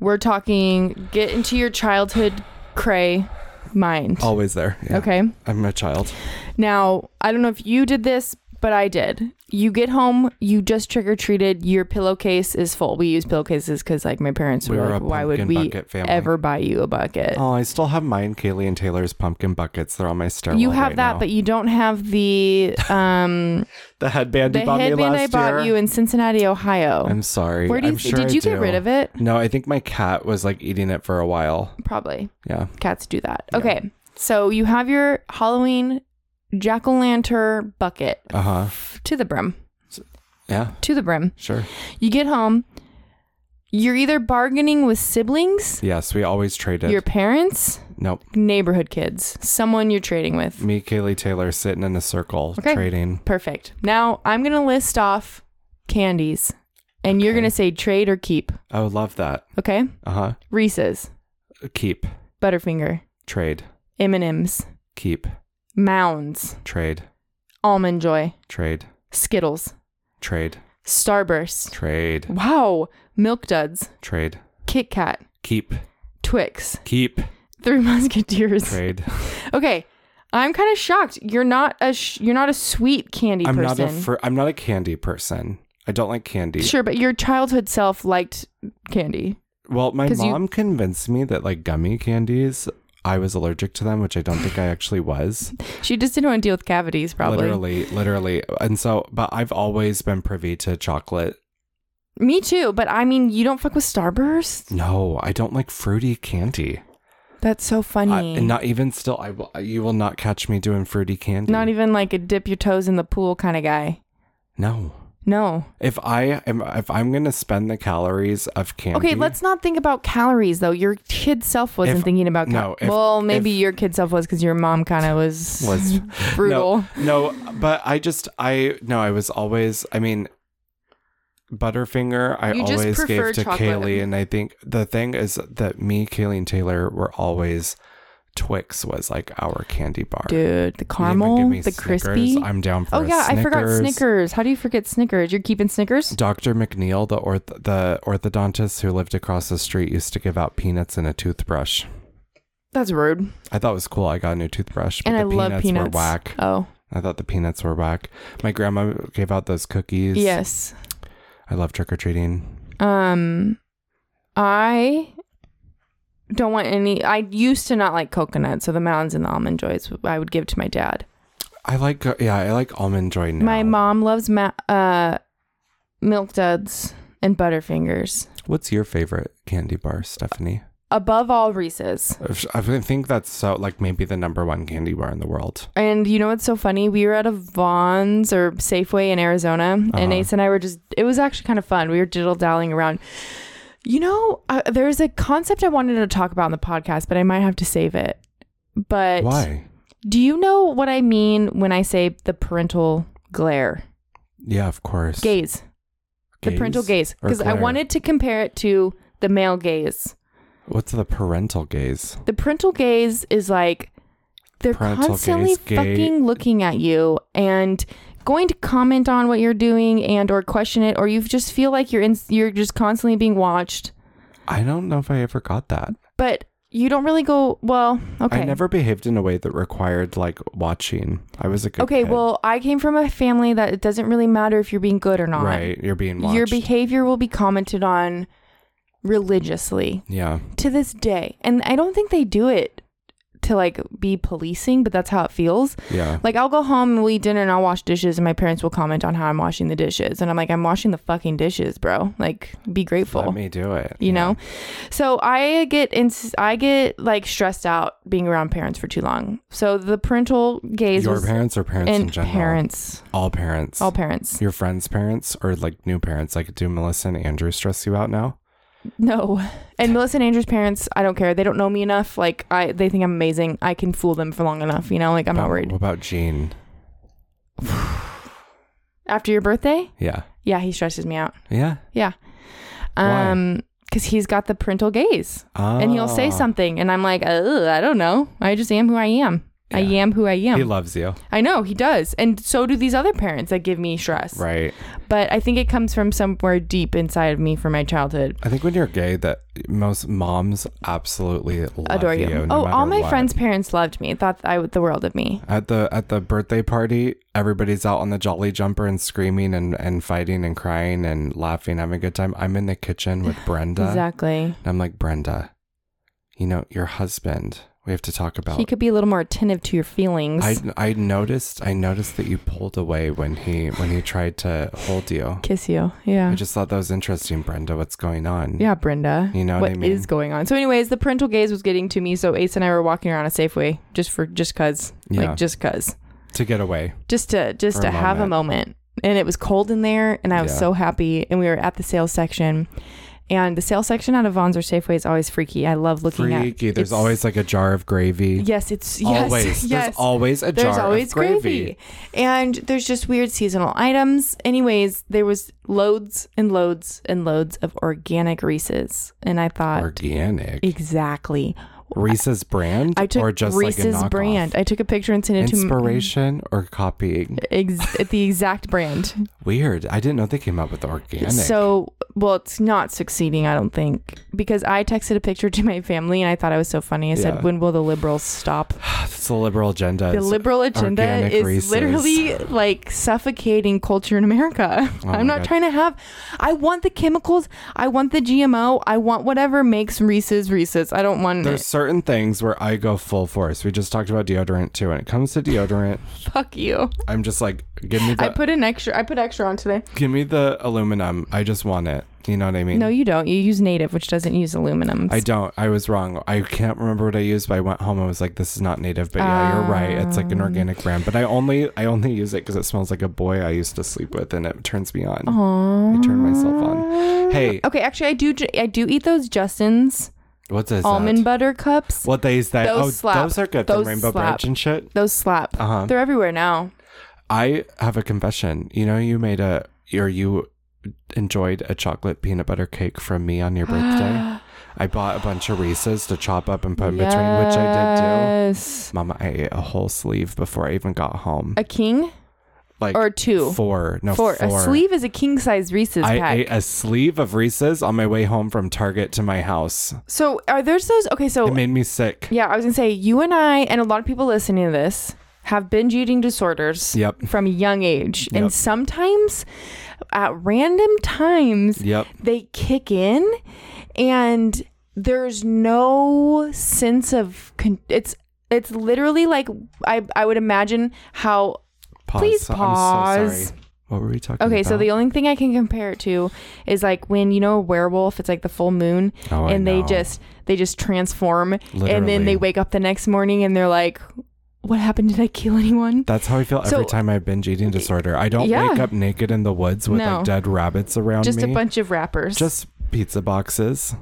Speaker 1: We're talking get into your childhood cray mind.
Speaker 2: Always there. Oh, Yeah.
Speaker 1: Okay.
Speaker 2: I'm a child.
Speaker 1: Now, I don't know if you did this, but I did. You get home, you just trick or treated, your pillowcase is full. We use pillowcases because, like, my parents
Speaker 2: We
Speaker 1: were
Speaker 2: were
Speaker 1: like,
Speaker 2: a
Speaker 1: why would
Speaker 2: pumpkin
Speaker 1: we
Speaker 2: bucket family."
Speaker 1: ever buy you a bucket?
Speaker 2: Oh, I still have mine, Kaylee and Taylor's pumpkin buckets. They're on my stairwell.
Speaker 1: you have
Speaker 2: right
Speaker 1: that,
Speaker 2: now.
Speaker 1: but you don't have the um
Speaker 2: the headband
Speaker 1: the
Speaker 2: you bought
Speaker 1: headband
Speaker 2: me last
Speaker 1: I bought
Speaker 2: year.
Speaker 1: you in Cincinnati, Ohio.
Speaker 2: I'm sorry.
Speaker 1: Where do you
Speaker 2: I'm sure
Speaker 1: did
Speaker 2: I
Speaker 1: you get
Speaker 2: do.
Speaker 1: rid of it?
Speaker 2: No, I think my cat was like eating it for a while.
Speaker 1: Probably.
Speaker 2: Yeah.
Speaker 1: cats do that.
Speaker 2: Yeah.
Speaker 1: Okay. So you have your Halloween jack o' lantern bucket
Speaker 2: Uh huh.
Speaker 1: to the brim,
Speaker 2: Yeah.
Speaker 1: to the brim.
Speaker 2: Sure.
Speaker 1: You get home, you're either bargaining with siblings,
Speaker 2: Yes, we always traded.
Speaker 1: your parents,
Speaker 2: nope.
Speaker 1: neighborhood kids, someone you're trading with.
Speaker 2: Me, Kaylee, Taylor sitting in a circle
Speaker 1: Okay.
Speaker 2: trading.
Speaker 1: Perfect. Now I'm going to list off candies and you're
Speaker 2: Okay.
Speaker 1: going to say trade or keep.
Speaker 2: I would Oh, love that.
Speaker 1: Okay?
Speaker 2: Uh
Speaker 1: Reese's,
Speaker 2: huh. Keep.
Speaker 1: Butterfinger,
Speaker 2: Trade.
Speaker 1: M&M's,
Speaker 2: Keep.
Speaker 1: Mounds,
Speaker 2: Trade.
Speaker 1: Almond Joy,
Speaker 2: Trade.
Speaker 1: Skittles,
Speaker 2: Trade.
Speaker 1: Starburst.
Speaker 2: Trade.
Speaker 1: Wow, Milk Duds,
Speaker 2: Trade.
Speaker 1: Kit Kat,
Speaker 2: Keep.
Speaker 1: Twix,
Speaker 2: Keep.
Speaker 1: Three Musketeers.
Speaker 2: Trade.
Speaker 1: Okay, I'm kind of shocked. You're not a sh- you're not a sweet candy
Speaker 2: I'm not
Speaker 1: person.
Speaker 2: a fr- I'm not a candy person. I don't like candy.
Speaker 1: sure, but your childhood self liked candy.
Speaker 2: Well, my
Speaker 1: 'Cause you-
Speaker 2: mom convinced me that like gummy candies, I was allergic to them, which I don't think I actually was.
Speaker 1: She just didn't want to deal with cavities, probably.
Speaker 2: Literally, literally. And so, but I've always been privy to chocolate.
Speaker 1: Me too, but I mean, you don't fuck with Starburst.
Speaker 2: No, I don't like fruity candy.
Speaker 1: That's so funny.
Speaker 2: I, and not even still, I will, you will not catch me doing fruity candy.
Speaker 1: Not e- even like a dip your toes in the pool kind of guy.
Speaker 2: No.
Speaker 1: No.
Speaker 2: If I am, if I'm gonna spend the calories of candy,
Speaker 1: Okay, let's not think about calories though. Your kid self wasn't
Speaker 2: If-
Speaker 1: thinking about cal-
Speaker 2: no, if-
Speaker 1: well, maybe
Speaker 2: if-
Speaker 1: your kid self was because your mom kind of was
Speaker 2: was
Speaker 1: brutal.
Speaker 2: No, no, but I just I no, I was always I mean Butterfinger I
Speaker 1: You just
Speaker 2: always
Speaker 1: prefer
Speaker 2: gave to
Speaker 1: chocolate.
Speaker 2: Kaylee and I think the thing is that me, Kaylee and Taylor were always Twix was like our candy bar.
Speaker 1: Dude, the
Speaker 2: You even
Speaker 1: caramel,
Speaker 2: give me
Speaker 1: the
Speaker 2: Snickers.
Speaker 1: crispy.
Speaker 2: I'm down for
Speaker 1: Oh
Speaker 2: a
Speaker 1: yeah, I forgot
Speaker 2: Snickers.
Speaker 1: Snickers. How do you forget Snickers? You're keeping Snickers?
Speaker 2: Dr. McNeil, the orth- the orthodontist who lived across the street, used to give out peanuts and a toothbrush.
Speaker 1: That's rude.
Speaker 2: I thought it was cool. I got a new toothbrush, but
Speaker 1: And
Speaker 2: the
Speaker 1: I love peanuts.
Speaker 2: were whack.
Speaker 1: Oh
Speaker 2: I thought the peanuts were whack. My grandma gave out those cookies.
Speaker 1: yes.
Speaker 2: I love trick or treating.
Speaker 1: Um, I don't want any. I used to not like coconut, so the mounds and the almond joys I would give to my dad.
Speaker 2: I like, uh, yeah, I like almond joy now.
Speaker 1: My mom loves ma- uh, milk duds and Butterfingers.
Speaker 2: What's your favorite candy bar, Stephanie?
Speaker 1: Above all, Reese's.
Speaker 2: I think that's so, like, maybe the number one candy bar in the world.
Speaker 1: And you know what's so funny? We were at a Vaughn's or Safeway in Arizona,
Speaker 2: Uh-huh.
Speaker 1: and Ace and I were just, it was actually kind of fun. We were diddle dallying around. You know, uh, there's a concept I wanted to talk about in the podcast, but I might have to save it. But
Speaker 2: Why?
Speaker 1: do you know what I mean when I say the parental glare?
Speaker 2: Yeah, of course.
Speaker 1: Gaze, the parental gaze.
Speaker 2: or
Speaker 1: Because I
Speaker 2: glare?
Speaker 1: wanted to compare it to the male gaze.
Speaker 2: What's the parental gaze?
Speaker 1: The parental gaze is like they're
Speaker 2: Parental
Speaker 1: constantly
Speaker 2: gaze, gay-
Speaker 1: fucking looking at you and going to comment on what you're doing and or question it or you just feel like you're in, you're just constantly being watched.
Speaker 2: I don't know if I ever got that.
Speaker 1: But you don't really go well. Okay.
Speaker 2: I never behaved in a way that required like watching. I was a good
Speaker 1: okay.
Speaker 2: kid.
Speaker 1: Well, I came from a family that it doesn't really matter if you're being good or not.
Speaker 2: right, you're being watched.
Speaker 1: Your behavior will be commented on religiously
Speaker 2: yeah,
Speaker 1: to this day, and I don't think they do it to like be policing, but that's how it feels.
Speaker 2: yeah.
Speaker 1: Like I'll go home and we'll eat dinner and I'll wash dishes and my parents will comment on how I'm washing the dishes. And I'm like, I'm washing the fucking dishes, bro. Like be grateful.
Speaker 2: Let me do it.
Speaker 1: you
Speaker 2: Yeah.
Speaker 1: know? So I get in I get like stressed out being around parents for too long. So the parental gaze
Speaker 2: your
Speaker 1: was
Speaker 2: parents or parents in
Speaker 1: and
Speaker 2: general.
Speaker 1: parents.
Speaker 2: All parents.
Speaker 1: All parents.
Speaker 2: your friends' parents or like new parents. Like, do Melissa and Andrew stress you out now?
Speaker 1: No. And Melissa and Andrew's parents, I don't care. They don't know me enough. Like I they think I'm amazing. I can fool them for long enough, you know? Like I'm
Speaker 2: About-
Speaker 1: not worried.
Speaker 2: What about Gene?
Speaker 1: After your birthday?
Speaker 2: Yeah,
Speaker 1: Yeah, he stresses me out.
Speaker 2: yeah. Why?
Speaker 1: Um because he's got the parental gaze. and he'll say
Speaker 2: Ah.
Speaker 1: something and i'm like oh i don't know i just am who i am i
Speaker 2: Yeah.
Speaker 1: am who i am
Speaker 2: He loves you,
Speaker 1: i know he does and so do these other parents that give me stress
Speaker 2: right?
Speaker 1: but i think it comes from somewhere deep inside of me from my childhood
Speaker 2: I think when you're gay, that most moms absolutely love
Speaker 1: adore you,
Speaker 2: no
Speaker 1: oh all
Speaker 2: matter
Speaker 1: my
Speaker 2: what.
Speaker 1: friends parents loved me thought i the world of me
Speaker 2: At the at the birthday party, everybody's out on the jolly jumper and screaming and, and fighting and crying and laughing, having a good time. I'm in the kitchen with Brenda.
Speaker 1: exactly
Speaker 2: And I'm like, Brenda, you know, your husband, we have to talk about
Speaker 1: he could be a little more attentive to your feelings
Speaker 2: I I noticed I noticed that you pulled away when he when he tried to hold you.
Speaker 1: kiss you yeah
Speaker 2: I just thought that was interesting, Brenda. What's going on?
Speaker 1: yeah brenda
Speaker 2: You know what
Speaker 1: what
Speaker 2: I
Speaker 1: is
Speaker 2: mean?
Speaker 1: going on so anyways the parental gaze was getting to me so ace and i were walking around a safeway just for just cuz
Speaker 2: Yeah.
Speaker 1: like just cuz
Speaker 2: To get away.
Speaker 1: just to just
Speaker 2: For
Speaker 1: to
Speaker 2: a
Speaker 1: have a moment and it was cold in there and i was
Speaker 2: Yeah.
Speaker 1: so happy and we were at the sales section and the sales section out of Vons or Safeway is always freaky. I love looking at.
Speaker 2: Freaky. There's
Speaker 1: it's-
Speaker 2: always like a jar of gravy.
Speaker 1: Yes, it's yes,
Speaker 2: Always.
Speaker 1: yes.
Speaker 2: There's always a
Speaker 1: There's
Speaker 2: jar
Speaker 1: always
Speaker 2: of gravy.
Speaker 1: and there's just weird seasonal items. Anyways, there was loads and loads and loads of organic Reese's, and I thought
Speaker 2: Organic.
Speaker 1: exactly.
Speaker 2: Reese's brand
Speaker 1: I took
Speaker 2: or just
Speaker 1: Reese's
Speaker 2: like a knockoff?
Speaker 1: brand. I took a picture and sent it
Speaker 2: Inspiration or copying?
Speaker 1: to ex- the exact brand.
Speaker 2: Weird. I didn't know they came out with organic.
Speaker 1: So, well, it's not succeeding, I don't think, because I texted a picture to my family and I thought I was so funny. I
Speaker 2: Yeah.
Speaker 1: said, "When will the liberals stop?"
Speaker 2: That's the liberal agenda.
Speaker 1: The liberal agenda
Speaker 2: organic
Speaker 1: is
Speaker 2: Reese's.
Speaker 1: literally like suffocating culture in America.
Speaker 2: Oh my
Speaker 1: I'm not
Speaker 2: God.
Speaker 1: trying to have. I want the chemicals. I want the GMO. I want whatever makes Reese's Reese's. I don't want
Speaker 2: There's certain things where I go full force. We just talked about deodorant too. When it comes to deodorant,
Speaker 1: fuck you.
Speaker 2: I'm just like, give me the,
Speaker 1: I put an extra. I put extra on today.
Speaker 2: give me the aluminum. I just want it. You know what I mean?
Speaker 1: No, you don't. You use native, which doesn't use aluminum.
Speaker 2: I don't. I was wrong. I can't remember what I used, but I went home. and was like, this is not native, but yeah, you're right. It's like an
Speaker 1: Um.
Speaker 2: organic brand, but I only I only use it because it smells like a boy I used to sleep with, and it turns me on.
Speaker 1: Oh,
Speaker 2: I turn myself on. Hey,
Speaker 1: Okay, actually, I do. I do eat those Justins
Speaker 2: what's this?
Speaker 1: almond butter cups.
Speaker 2: What they is that?
Speaker 1: Those
Speaker 2: oh,
Speaker 1: slap.
Speaker 2: those are good.
Speaker 1: Those
Speaker 2: from Rainbow
Speaker 1: slap.
Speaker 2: Branch and shit.
Speaker 1: Those slap.
Speaker 2: Uh huh.
Speaker 1: They're everywhere now.
Speaker 2: I have a confession. You know, you made a or you enjoyed a chocolate peanut butter cake from me on your birthday. I bought a bunch of Reese's to chop up and put in between, which I did do.
Speaker 1: Yes.
Speaker 2: Mama, I ate a whole sleeve before I even got home.
Speaker 1: A king
Speaker 2: Like
Speaker 1: or two?
Speaker 2: four, no
Speaker 1: Four.
Speaker 2: four.
Speaker 1: A sleeve is a king size Reese's
Speaker 2: I
Speaker 1: pack.
Speaker 2: ate a sleeve of Reese's on my way home from Target to my house.
Speaker 1: so are there's those? Okay,
Speaker 2: It
Speaker 1: so
Speaker 2: made me sick.
Speaker 1: yeah, I was gonna say you and I and a lot of people listening to this have binge eating disorders.
Speaker 2: Yep.
Speaker 1: From a young age,
Speaker 2: Yep.
Speaker 1: and sometimes at random times
Speaker 2: Yep.
Speaker 1: they kick in and there's no sense of con- it's it's literally like I I would imagine how
Speaker 2: Pause.
Speaker 1: Please
Speaker 2: I'm so
Speaker 1: pause.
Speaker 2: sorry. What were we talking about?
Speaker 1: okay so the only thing I can compare it to is like when you know a werewolf it's like the full moon
Speaker 2: Oh, I
Speaker 1: and they
Speaker 2: know.
Speaker 1: just they just transform and
Speaker 2: Literally.
Speaker 1: then they wake up the next morning and they're like what happened did I kill anyone
Speaker 2: That's how I feel
Speaker 1: So-
Speaker 2: every time I have binge eating disorder. I don't
Speaker 1: Yeah.
Speaker 2: wake up naked in the woods with
Speaker 1: No.
Speaker 2: like dead rabbits around
Speaker 1: just
Speaker 2: me.
Speaker 1: a bunch of rappers
Speaker 2: Just pizza boxes.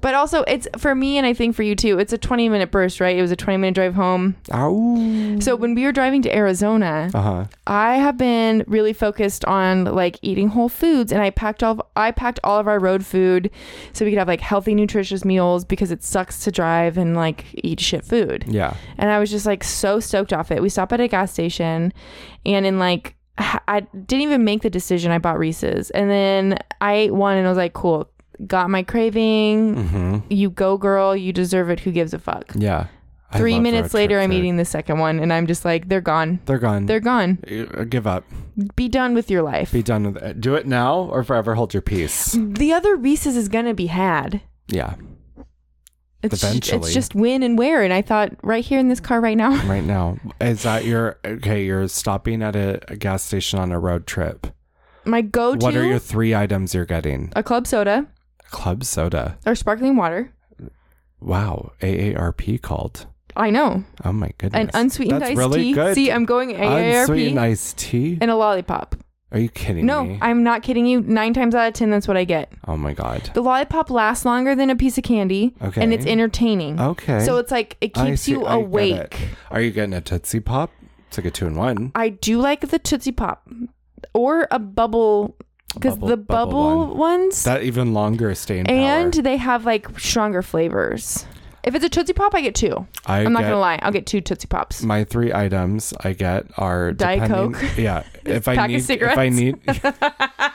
Speaker 1: but also it's for me and I think for you too it's a 20 minute burst right it was a 20 minute drive home
Speaker 2: Mm-hmm. Ow.
Speaker 1: so when we were driving to Arizona
Speaker 2: Uh huh.
Speaker 1: I have been really focused on like eating whole foods and I packed all of, I packed all of our road food so we could have like healthy nutritious meals because it sucks to drive and like eat shit food.
Speaker 2: Yeah.
Speaker 1: And I was just like so stoked off it. We stopped at a gas station and in like h- I didn't even make the decision I bought Reese's. And then I ate one and I was like cool. got my craving.
Speaker 2: Mm-hmm.
Speaker 1: You go, girl. You deserve it. Who gives a fuck?
Speaker 2: Yeah. I
Speaker 1: Three
Speaker 2: love
Speaker 1: minutes
Speaker 2: road
Speaker 1: later,
Speaker 2: trip
Speaker 1: I'm
Speaker 2: food.
Speaker 1: eating the second one, and I'm just like, they're gone.
Speaker 2: They're gone.
Speaker 1: They're gone.
Speaker 2: They're give up.
Speaker 1: Be done with your life.
Speaker 2: Be done with it. Do it now or forever hold your peace.
Speaker 1: the other Reese's is gonna be had.
Speaker 2: Yeah.
Speaker 1: It's ju-
Speaker 2: Eventually.
Speaker 1: it's just when and where. And I thought, right here in this car, right now.
Speaker 2: Right now. Is that your okay, you're stopping at a, a gas station on a road trip.
Speaker 1: My go-to
Speaker 2: What are your three items you're getting?
Speaker 1: a club soda
Speaker 2: Club soda.
Speaker 1: or sparkling water.
Speaker 2: Wow. AARP called.
Speaker 1: I know.
Speaker 2: Oh my goodness.
Speaker 1: An unsweetened
Speaker 2: That's
Speaker 1: iced
Speaker 2: really
Speaker 1: tea.
Speaker 2: good.
Speaker 1: See, I'm going
Speaker 2: Unsweetened
Speaker 1: AARP
Speaker 2: iced tea?
Speaker 1: and a lollipop.
Speaker 2: Are you kidding
Speaker 1: No,
Speaker 2: me?
Speaker 1: I'm not kidding you. Nine times out of ten, that's what I get.
Speaker 2: oh my god.
Speaker 1: The lollipop lasts longer than a piece of candy, and it's
Speaker 2: Okay.
Speaker 1: entertaining.
Speaker 2: Okay.
Speaker 1: So it's like it
Speaker 2: I
Speaker 1: keeps
Speaker 2: see-
Speaker 1: you
Speaker 2: I get it.
Speaker 1: awake.
Speaker 2: Are you getting a Tootsie Pop? It's like a two in one.
Speaker 1: I do like the Tootsie Pop or a bubble because
Speaker 2: Bubble-
Speaker 1: the
Speaker 2: bubble
Speaker 1: bubble,
Speaker 2: one.
Speaker 1: ones
Speaker 2: That even longer staying power.
Speaker 1: and they have like stronger flavors. If it's a Tootsie Pop, I get two.
Speaker 2: I
Speaker 1: I'm not
Speaker 2: get-
Speaker 1: gonna lie, I'll get two Tootsie Pops.
Speaker 2: My three items I get are
Speaker 1: Diet
Speaker 2: depending-
Speaker 1: Coke.
Speaker 2: Yeah, if I
Speaker 1: pack of
Speaker 2: need, if I
Speaker 1: cigarettes.
Speaker 2: need,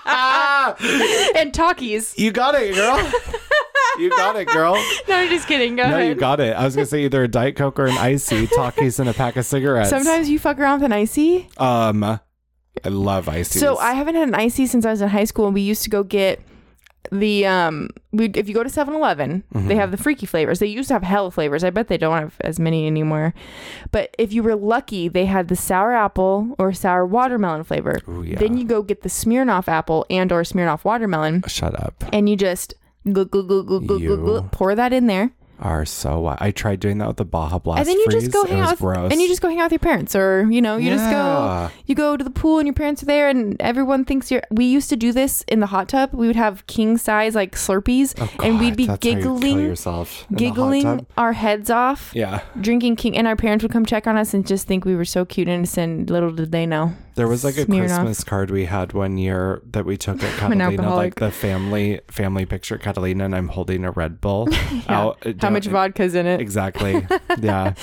Speaker 2: Mm.
Speaker 1: and Takis.
Speaker 2: you got it, girl. You got it, girl.
Speaker 1: No, I'm just kidding. Go
Speaker 2: No,
Speaker 1: ahead.
Speaker 2: you got it. I was gonna say either a diet coke or an icy, talkies, and a pack of cigarettes.
Speaker 1: Sometimes you fuck around with an icy.
Speaker 2: um, I love ices.
Speaker 1: So I haven't had an icy since I was in high school, and we used to go get the um. We if you go to 7-Eleven,
Speaker 2: Mm-hmm.
Speaker 1: they have the freaky flavors. They used to have hell flavors. I bet they don't have as many anymore. But if you were lucky, they had the sour apple or sour watermelon flavor.
Speaker 2: Ooh, yeah.
Speaker 1: Then you go get the Smirnoff apple and or Smirnoff watermelon,
Speaker 2: shut up.
Speaker 1: and you just glug, glug, glug, glug, glug, glug, glug,
Speaker 2: You.
Speaker 1: pour that in there,
Speaker 2: Are so wi- I tried doing that with the Baja Blast.
Speaker 1: and then you
Speaker 2: freeze.
Speaker 1: just go
Speaker 2: It
Speaker 1: hang
Speaker 2: was
Speaker 1: out.
Speaker 2: gross.
Speaker 1: With, and you just go hang out with your parents, or you know, you just go
Speaker 2: Yeah.
Speaker 1: you go to the pool and your parents are there and everyone thinks you're we used to do this in the hot tub we would have king size like slurpees and
Speaker 2: Oh, God,
Speaker 1: we'd be
Speaker 2: that's how you kill
Speaker 1: giggling
Speaker 2: yourself in the hot
Speaker 1: giggling
Speaker 2: tub.
Speaker 1: our heads off
Speaker 2: Yeah.
Speaker 1: drinking king and our parents would come check on us and just think we were so cute and innocent little did they know
Speaker 2: There was like a
Speaker 1: Smirnoff.
Speaker 2: Christmas card we had one year that we took at
Speaker 1: I'm an
Speaker 2: Catalina, like
Speaker 1: alcoholic.
Speaker 2: the family family picture at Catalina, and I'm holding a Red Bull. out, uh,
Speaker 1: how much vodka's in it
Speaker 2: Exactly. yeah.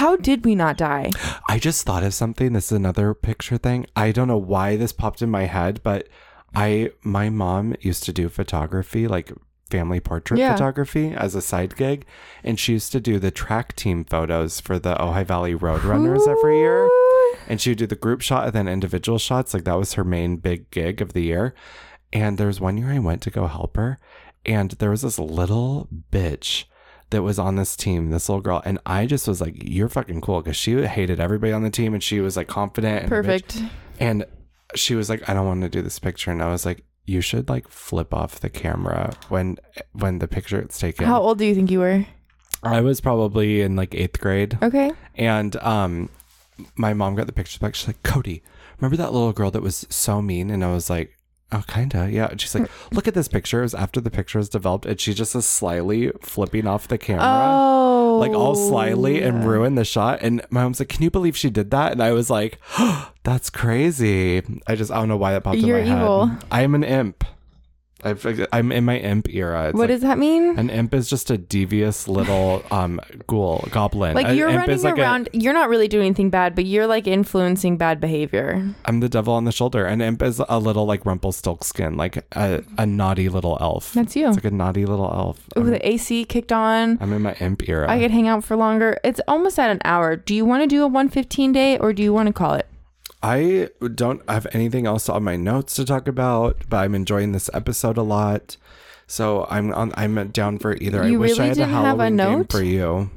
Speaker 1: how did we not die
Speaker 2: I just thought of something. This is another picture thing. I don't know why this popped in my head, but I my mom used to do photography, like family portrait
Speaker 1: Yeah.
Speaker 2: photography as a side gig, and she used to do the track team photos for the Ojai Valley Roadrunners every year. And she would do the group shot and then individual shots. Like that was her main big gig of the year. And there was one year I went to go help her, and there was this little bitch that was on this team, this little girl. And I just was like, You're fucking cool. Cause she hated everybody on the team and she was like confident. And a bitch.
Speaker 1: perfect
Speaker 2: And she was like, I don't want to do this picture. And I was like, You should like flip off the camera when when the picture gets taken.
Speaker 1: how old do you think you were
Speaker 2: I was probably in like eighth grade.
Speaker 1: okay
Speaker 2: And um, my mom got the pictures back. She's like, Cody, remember that little girl that was so mean? And I was like, Oh, kinda, yeah. And she's like, Look at this picture. It was after the picture was developed, and she just is slyly flipping off the camera.
Speaker 1: oh
Speaker 2: Like all slyly and ruin the shot. And my mom's like, Can you believe she did that? And I was like, That's crazy. I just I don't know why that popped
Speaker 1: You're
Speaker 2: in my
Speaker 1: evil.
Speaker 2: head. I'm an imp. I've, I'm in my imp era. It's
Speaker 1: what
Speaker 2: like,
Speaker 1: does that mean
Speaker 2: an imp is just a devious little um ghoul goblin.
Speaker 1: like
Speaker 2: An
Speaker 1: you're
Speaker 2: imp
Speaker 1: running
Speaker 2: is like a-
Speaker 1: around you're not really doing anything bad but you're like influencing bad behavior
Speaker 2: I'm the devil on the shoulder, and Imp is a little like Rumpelstiltskin, like a, a naughty little elf.
Speaker 1: That's you.
Speaker 2: It's like a naughty little elf.
Speaker 1: Ooh,
Speaker 2: I'm,
Speaker 1: the AC kicked on.
Speaker 2: I'm in my Imp era.
Speaker 1: I could hang out for longer. It's almost at an hour. Do you want to do a 115 day or do you want to call it?
Speaker 2: I don't have anything else on my notes to talk about, but I'm enjoying this episode a lot. So I'm on. I'm down for either. I
Speaker 1: You
Speaker 2: wish
Speaker 1: really
Speaker 2: I had a
Speaker 1: didn't have a
Speaker 2: Halloween game
Speaker 1: note?
Speaker 2: for you.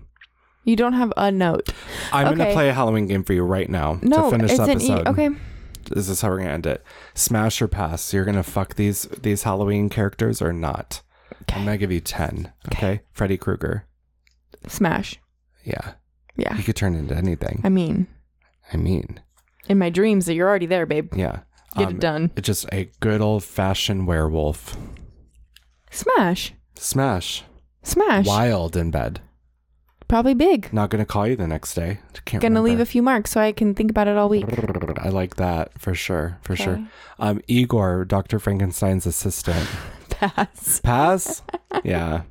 Speaker 1: You don't have a note.
Speaker 2: I'm gonna
Speaker 1: Okay.
Speaker 2: play a Halloween game for you right now
Speaker 1: No,
Speaker 2: to finish
Speaker 1: it's
Speaker 2: the
Speaker 1: an e-
Speaker 2: episode.
Speaker 1: okay.
Speaker 2: This is how we're gonna end it. Smash or pass. So you're gonna fuck these these Halloween characters or not? I'm gonna give you ten. okay? Freddy Krueger.
Speaker 1: Smash.
Speaker 2: Yeah.
Speaker 1: Yeah.
Speaker 2: He could turn into anything.
Speaker 1: I mean,
Speaker 2: I mean,
Speaker 1: in my dreams that you're already there, babe.
Speaker 2: yeah.
Speaker 1: Get
Speaker 2: Um,
Speaker 1: it done.
Speaker 2: It's just a good old fashioned werewolf.
Speaker 1: Smash.
Speaker 2: Smash.
Speaker 1: Smash.
Speaker 2: Wild in bed.
Speaker 1: Probably big.
Speaker 2: Not going to call you the next day. Can't
Speaker 1: Gonna leave a
Speaker 2: remember.
Speaker 1: few marks so I can think about it all week.
Speaker 2: I like that for sure. For sure.
Speaker 1: Okay.
Speaker 2: Um, Igor, Dr. Frankenstein's assistant.
Speaker 1: Pass.
Speaker 2: Pass? yeah.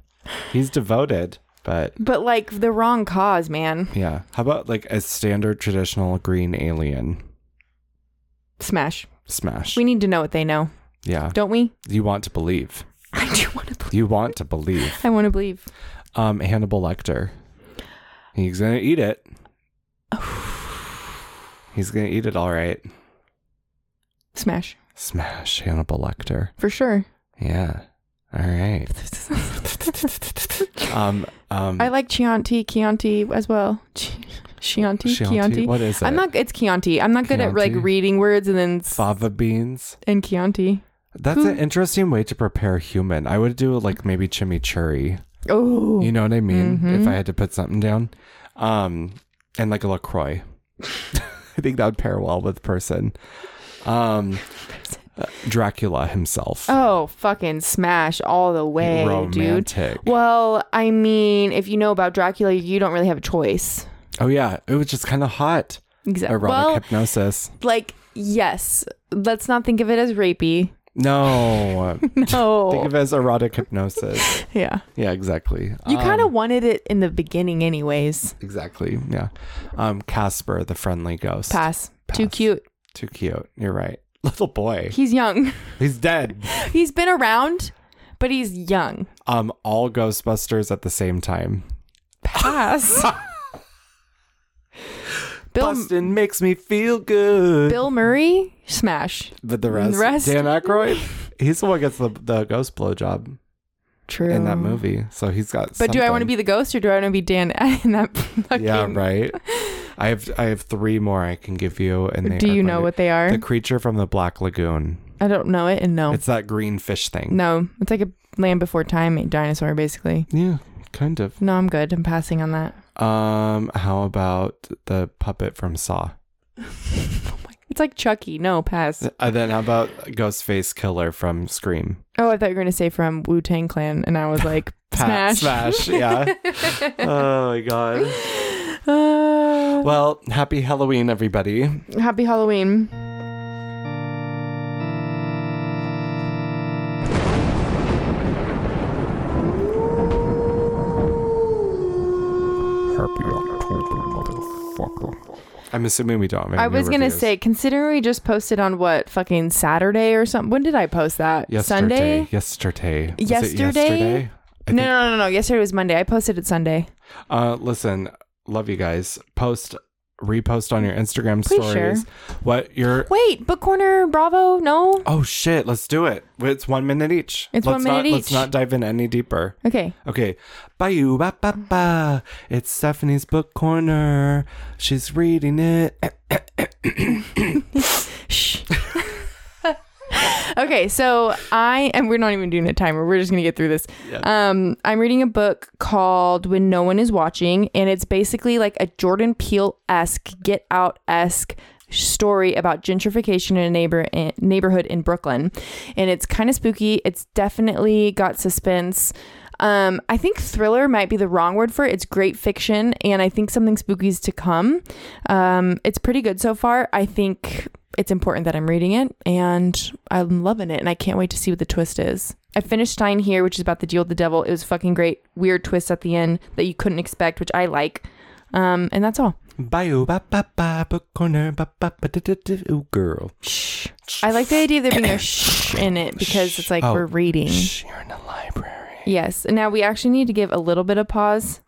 Speaker 2: He's devoted, but
Speaker 1: But like the wrong cause, man.
Speaker 2: yeah. How about like a standard traditional green alien?
Speaker 1: Smash.
Speaker 2: Smash.
Speaker 1: We need to know what they know,
Speaker 2: yeah.
Speaker 1: don't we?
Speaker 2: You want to believe.
Speaker 1: I do want to believe.
Speaker 2: You want to believe.
Speaker 1: I want to believe.
Speaker 2: Um, Hannibal Lecter. He's gonna eat it. He's gonna eat it all right.
Speaker 1: Smash.
Speaker 2: Smash Hannibal Lecter.
Speaker 1: For sure.
Speaker 2: Yeah. All right. Um. Um.
Speaker 1: I like Chianti, Chianti as well. Chi- Chianti, Chianti.
Speaker 2: What is it?
Speaker 1: I'm not. It's Chianti. I'm not good at like
Speaker 2: Chianti?
Speaker 1: reading words and then s-
Speaker 2: fava beans.
Speaker 1: and Chianti.
Speaker 2: That's
Speaker 1: Who-
Speaker 2: an interesting way to prepare human. I would do like maybe chimichurri.
Speaker 1: Oh,
Speaker 2: You know what I mean? If
Speaker 1: Mhm.
Speaker 2: I had to put something down, um, and like a Lacroix, I think that would pair well with person. Um, uh, Dracula himself,
Speaker 1: oh, fucking smash all the way, dude.
Speaker 2: romantic.
Speaker 1: Well, I mean, if you know about Dracula, you don't really have a choice.
Speaker 2: Oh yeah, it was just kind of hot
Speaker 1: Exactly.
Speaker 2: erotic
Speaker 1: Well,
Speaker 2: hypnosis.
Speaker 1: like yes. Let's not think of it as rapey.
Speaker 2: No,
Speaker 1: No.
Speaker 2: think of it as erotic hypnosis.
Speaker 1: yeah.
Speaker 2: Yeah, exactly.
Speaker 1: You kind
Speaker 2: Um,
Speaker 1: of wanted it in the beginning, anyways.
Speaker 2: exactly. Yeah, um, Casper the friendly ghost.
Speaker 1: Pass. Too
Speaker 2: Pass.
Speaker 1: cute.
Speaker 2: Too cute. You're right. Little boy.
Speaker 1: He's young.
Speaker 2: He's dead.
Speaker 1: he's been around, but he's young.
Speaker 2: um all ghostbusters at the same time
Speaker 1: Pass. Bill
Speaker 2: boston makes me feel good
Speaker 1: Bill Murray smash.
Speaker 2: but the rest,
Speaker 1: the rest-
Speaker 2: dan Aykroyd, he's the one gets the, the ghost blowjob
Speaker 1: True.
Speaker 2: in that movie so he's got
Speaker 1: But do I want to be the ghost or do I want to be Dan in that fucking
Speaker 2: yeah right i have i have three more i can give you and they
Speaker 1: Do
Speaker 2: are
Speaker 1: you
Speaker 2: going
Speaker 1: know
Speaker 2: to-
Speaker 1: what they are?
Speaker 2: the creature from the black lagoon
Speaker 1: I don't know it and no.
Speaker 2: it's that green fish thing
Speaker 1: no. It's like a land before time a dinosaur basically.
Speaker 2: yeah kind of
Speaker 1: No, I'm good. I'm passing on that.
Speaker 2: um how about the puppet from saw
Speaker 1: It's like Chucky. No, pass.
Speaker 2: and uh, then how about ghostface killer from scream
Speaker 1: Oh, I thought you were gonna say from Wu Tang Clan, and I was like,
Speaker 2: Pat,
Speaker 1: smash,
Speaker 2: smash. Yeah. oh my god.
Speaker 1: Uh,
Speaker 2: Well, happy Halloween, everybody.
Speaker 1: happy Halloween.
Speaker 3: Happy October, motherfucker.
Speaker 2: I'm assuming we don't. Have any
Speaker 1: I was
Speaker 2: new
Speaker 1: gonna
Speaker 2: reviews.
Speaker 1: say, considering we just posted on what fucking Saturday or something. When did I post that?
Speaker 2: yesterday.
Speaker 1: Sunday.
Speaker 2: Yesterday. Was it
Speaker 1: Yesterday?
Speaker 2: yesterday? I
Speaker 1: No,
Speaker 2: think-
Speaker 1: no, no, no, no. Yesterday was Monday. I posted it Sunday.
Speaker 2: Uh, listen, love you guys. Post, repost on your Instagram
Speaker 1: Please share.
Speaker 2: stories. What your?
Speaker 1: Wait, Book Corner, Bravo. No.
Speaker 2: Oh shit! Let's do it. It's one minute each.
Speaker 1: It's one
Speaker 2: let's
Speaker 1: minute
Speaker 2: not, Let's
Speaker 1: each.
Speaker 2: not dive in any deeper.
Speaker 1: Okay.
Speaker 2: Okay. Bye ba ba ba. It's Stephanie's book corner. She's reading it. Eh,
Speaker 1: Shh. okay, so I and we're not even doing a timer. We're just gonna get through this. Um, I'm reading a book called When No One Is Watching, and it's basically like a Jordan Peele esque, Get Out esque story about gentrification in a neighbor in, neighborhood in Brooklyn, and it's kind of spooky. It's definitely got suspense. Um, I think thriller might be the wrong word for it. It's great fiction, and I think something spooky is to come. Um, it's pretty good so far. I think it's important that I'm reading it, and I'm loving it, and I can't wait to see what the twist is. I finished Stein here, which is about the deal with the devil. It was fucking great. Weird twist at the end that you couldn't expect, which I like. Um, and that's all.
Speaker 2: Bio ba ba ba book corner ba ba ba da da da ooh, girl.
Speaker 1: Shh. I like the idea of there being a shh in it because it's like
Speaker 2: Oh.
Speaker 1: we're reading.
Speaker 2: Shh, you're in the library.
Speaker 1: Yes. Now we actually need to give a little bit of pause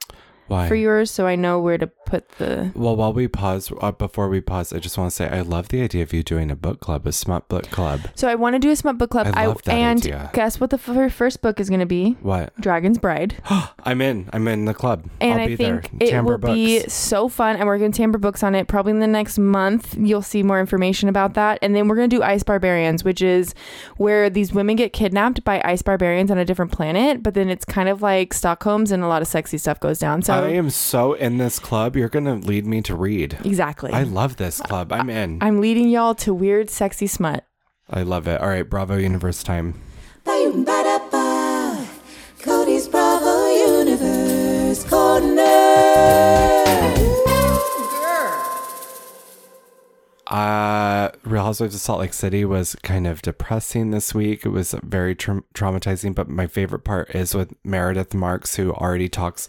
Speaker 2: Why?
Speaker 1: for yours so I know where to put the.
Speaker 2: well, while we pause, uh, before we pause, I just want to say I love the idea of you doing a book club, a smut book club.
Speaker 1: So I want to do a smut book club.
Speaker 2: I love that
Speaker 1: and
Speaker 2: idea.
Speaker 1: guess what the f- first book is going to be?
Speaker 2: What?
Speaker 1: Dragon's Bride.
Speaker 2: I'm in. I'm in the club.
Speaker 1: and
Speaker 2: I'll
Speaker 1: I
Speaker 2: be
Speaker 1: think
Speaker 2: there.
Speaker 1: it
Speaker 2: Tamra
Speaker 1: will
Speaker 2: Books.
Speaker 1: be so fun. I'm working with Tamper Books on it. Probably in the next month, you'll see more information about that. And then we're gonna do Ice Barbarians, which is where these women get kidnapped by ice barbarians on a different planet. But then it's kind of like Stockholm's, and a lot of sexy stuff goes down. So
Speaker 2: I am so in this club. You're gonna lead me to read.
Speaker 1: exactly,
Speaker 2: I love this club. I'm in.
Speaker 1: I'm leading y'all to weird, sexy smut.
Speaker 2: I love it. All right, Bravo Universe time.
Speaker 4: Ba-dum-ba-da-ba. Cody's Bravo Universe Corner.
Speaker 2: Uh, Real Housewives of Salt Lake City was kind of depressing this week. It was very tra- traumatizing, but my favorite part is with Meredith Marks, who already talks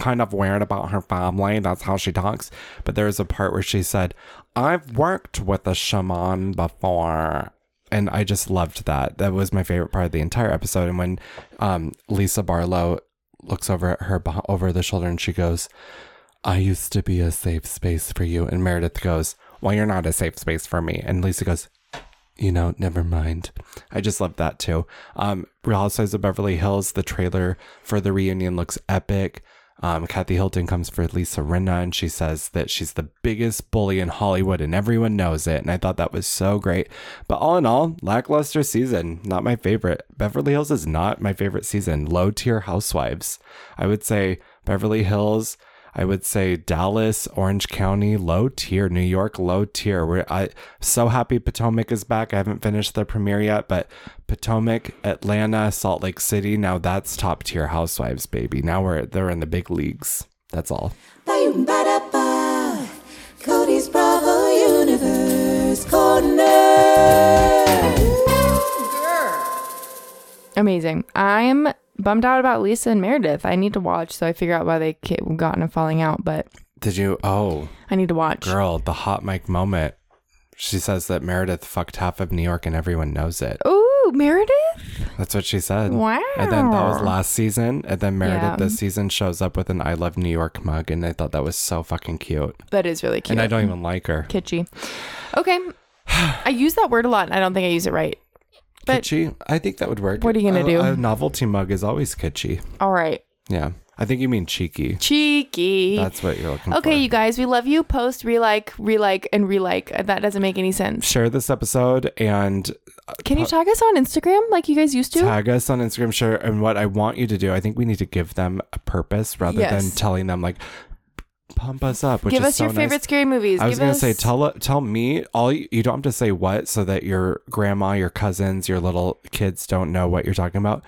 Speaker 2: kind of weird about her family. That's how she talks. But there was a part where she said, I've worked with a shaman before. and I just loved that. That was my favorite part of the entire episode. And when um, Lisa Barlow looks over at her beh- over the shoulder and she goes, "I used to be a safe space for you," and Meredith goes, "Well, you're not a safe space for me," and Lisa goes. You know, never mind. I just love that too. Um, Real Housewives of Beverly Hills, the trailer for the reunion looks epic. Um, Kathy Hilton comes for Lisa Rinna and she says that she's the biggest bully in Hollywood and everyone knows it. And I thought that was so great. But all in all, lackluster season, not my favorite. Beverly Hills is not my favorite season. Low tier housewives. I would say Beverly Hills. I would say Dallas, Orange County, low tier, New York, low tier. We're I so happy Potomac is back. I haven't finished the premiere yet, but Potomac, Atlanta, Salt Lake City. Now that's top tier housewives, baby. Now we're they're in the big leagues. That's all.
Speaker 4: Ba-doom-ba-da-ba. Cody's Bravo Universe Corner.
Speaker 1: Amazing. I'm bummed out about Lisa and Meredith. I need to watch so I figure out why they ki- got in a falling out, but
Speaker 2: Did you? Oh,
Speaker 1: I need to watch.
Speaker 2: girl, the hot mic moment. She says that Meredith fucked half of New York and everyone knows it.
Speaker 1: Ooh, Meredith?
Speaker 2: That's what she said.
Speaker 1: Wow.
Speaker 2: And then that was last season. And then Meredith
Speaker 1: Yeah.
Speaker 2: this season shows up with an I Love New York mug. And I thought that was so fucking cute.
Speaker 1: That is really cute.
Speaker 2: And I don't even like her.
Speaker 1: Kitschy. Okay. I use that word a lot and I don't think I use it right. But-
Speaker 2: kitschy? I think that would work.
Speaker 1: What are you gonna
Speaker 2: A-
Speaker 1: do?
Speaker 2: A novelty mug is always kitschy.
Speaker 1: All right.
Speaker 2: Yeah. I think you mean cheeky.
Speaker 1: Cheeky.
Speaker 2: That's what you're looking for.
Speaker 1: okay, you guys, we love you. Post, relike, relike, and relike. That doesn't make any sense.
Speaker 2: Share this episode and
Speaker 1: Can you tag us on Instagram like you guys used to?
Speaker 2: tag us on Instagram. Share. And what I want you to do, I think we need to give them a purpose rather than
Speaker 1: Yes.
Speaker 2: telling them, like, pump us up. Which
Speaker 1: Give
Speaker 2: is
Speaker 1: us
Speaker 2: so
Speaker 1: your
Speaker 2: nice.
Speaker 1: favorite scary movies.
Speaker 2: I was
Speaker 1: Give
Speaker 2: gonna
Speaker 1: us...
Speaker 2: say, tell tell me all. You, you don't have to say what, so that your grandma, your cousins, your little kids don't know what you're talking about.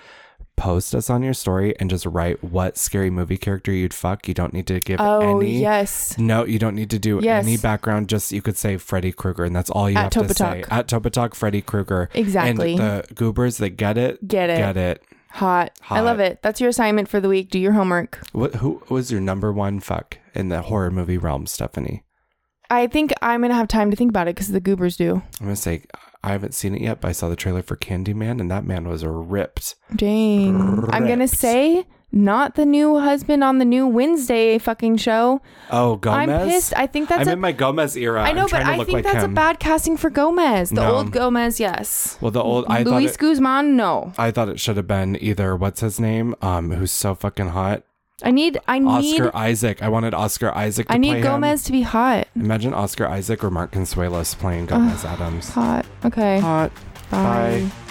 Speaker 2: Post us on your story and just write what scary movie character you'd fuck. You don't need to give
Speaker 1: Oh,
Speaker 2: any.
Speaker 1: yes.
Speaker 2: No, you don't need to do
Speaker 1: Yes.
Speaker 2: any background. Just you could say Freddy Krueger, and that's all you
Speaker 1: At
Speaker 2: have to say.
Speaker 1: Topa Talk.
Speaker 2: At Topatok, Freddy Krueger.
Speaker 1: Exactly.
Speaker 2: And the goobers that get it,
Speaker 1: Get it.
Speaker 2: get it.
Speaker 1: Hot. I
Speaker 2: Hot.
Speaker 1: love it. That's your assignment for the week. Do your homework.
Speaker 2: What? Who was your number one fuck in the horror movie realm, Stephanie?
Speaker 1: I think I'm going to have time to think about it because the goobers do.
Speaker 2: I'm gonna say I haven't seen it yet, but I saw the trailer for Candyman, and that man was ripped.
Speaker 1: Dang. I'm going to
Speaker 2: Rips.
Speaker 1: say not the new husband on the new Wednesday fucking show.
Speaker 2: Oh, Gomez.
Speaker 1: I'm pissed. I think that's
Speaker 2: I'm
Speaker 1: a-
Speaker 2: in my Gomez era.
Speaker 1: I know,
Speaker 2: I'm
Speaker 1: but
Speaker 2: trying to
Speaker 1: I
Speaker 2: look
Speaker 1: think
Speaker 2: like
Speaker 1: that's
Speaker 2: him.
Speaker 1: a bad casting for Gomez. The
Speaker 2: No.
Speaker 1: old Gomez, yes.
Speaker 2: Well, the old I thought
Speaker 1: Luis
Speaker 2: it,
Speaker 1: Guzman, no.
Speaker 2: I thought it should have been either what's his name, um, who's so fucking hot,
Speaker 1: I need, I need,
Speaker 2: Oscar Isaac. I wanted Oscar Isaac. To
Speaker 1: I
Speaker 2: play
Speaker 1: need
Speaker 2: him.
Speaker 1: Gomez to be hot.
Speaker 2: Imagine Oscar Isaac or Mark Consuelos playing Gomez Adams.
Speaker 1: Hot. Okay.
Speaker 2: Hot.
Speaker 1: Bye.
Speaker 2: Bye.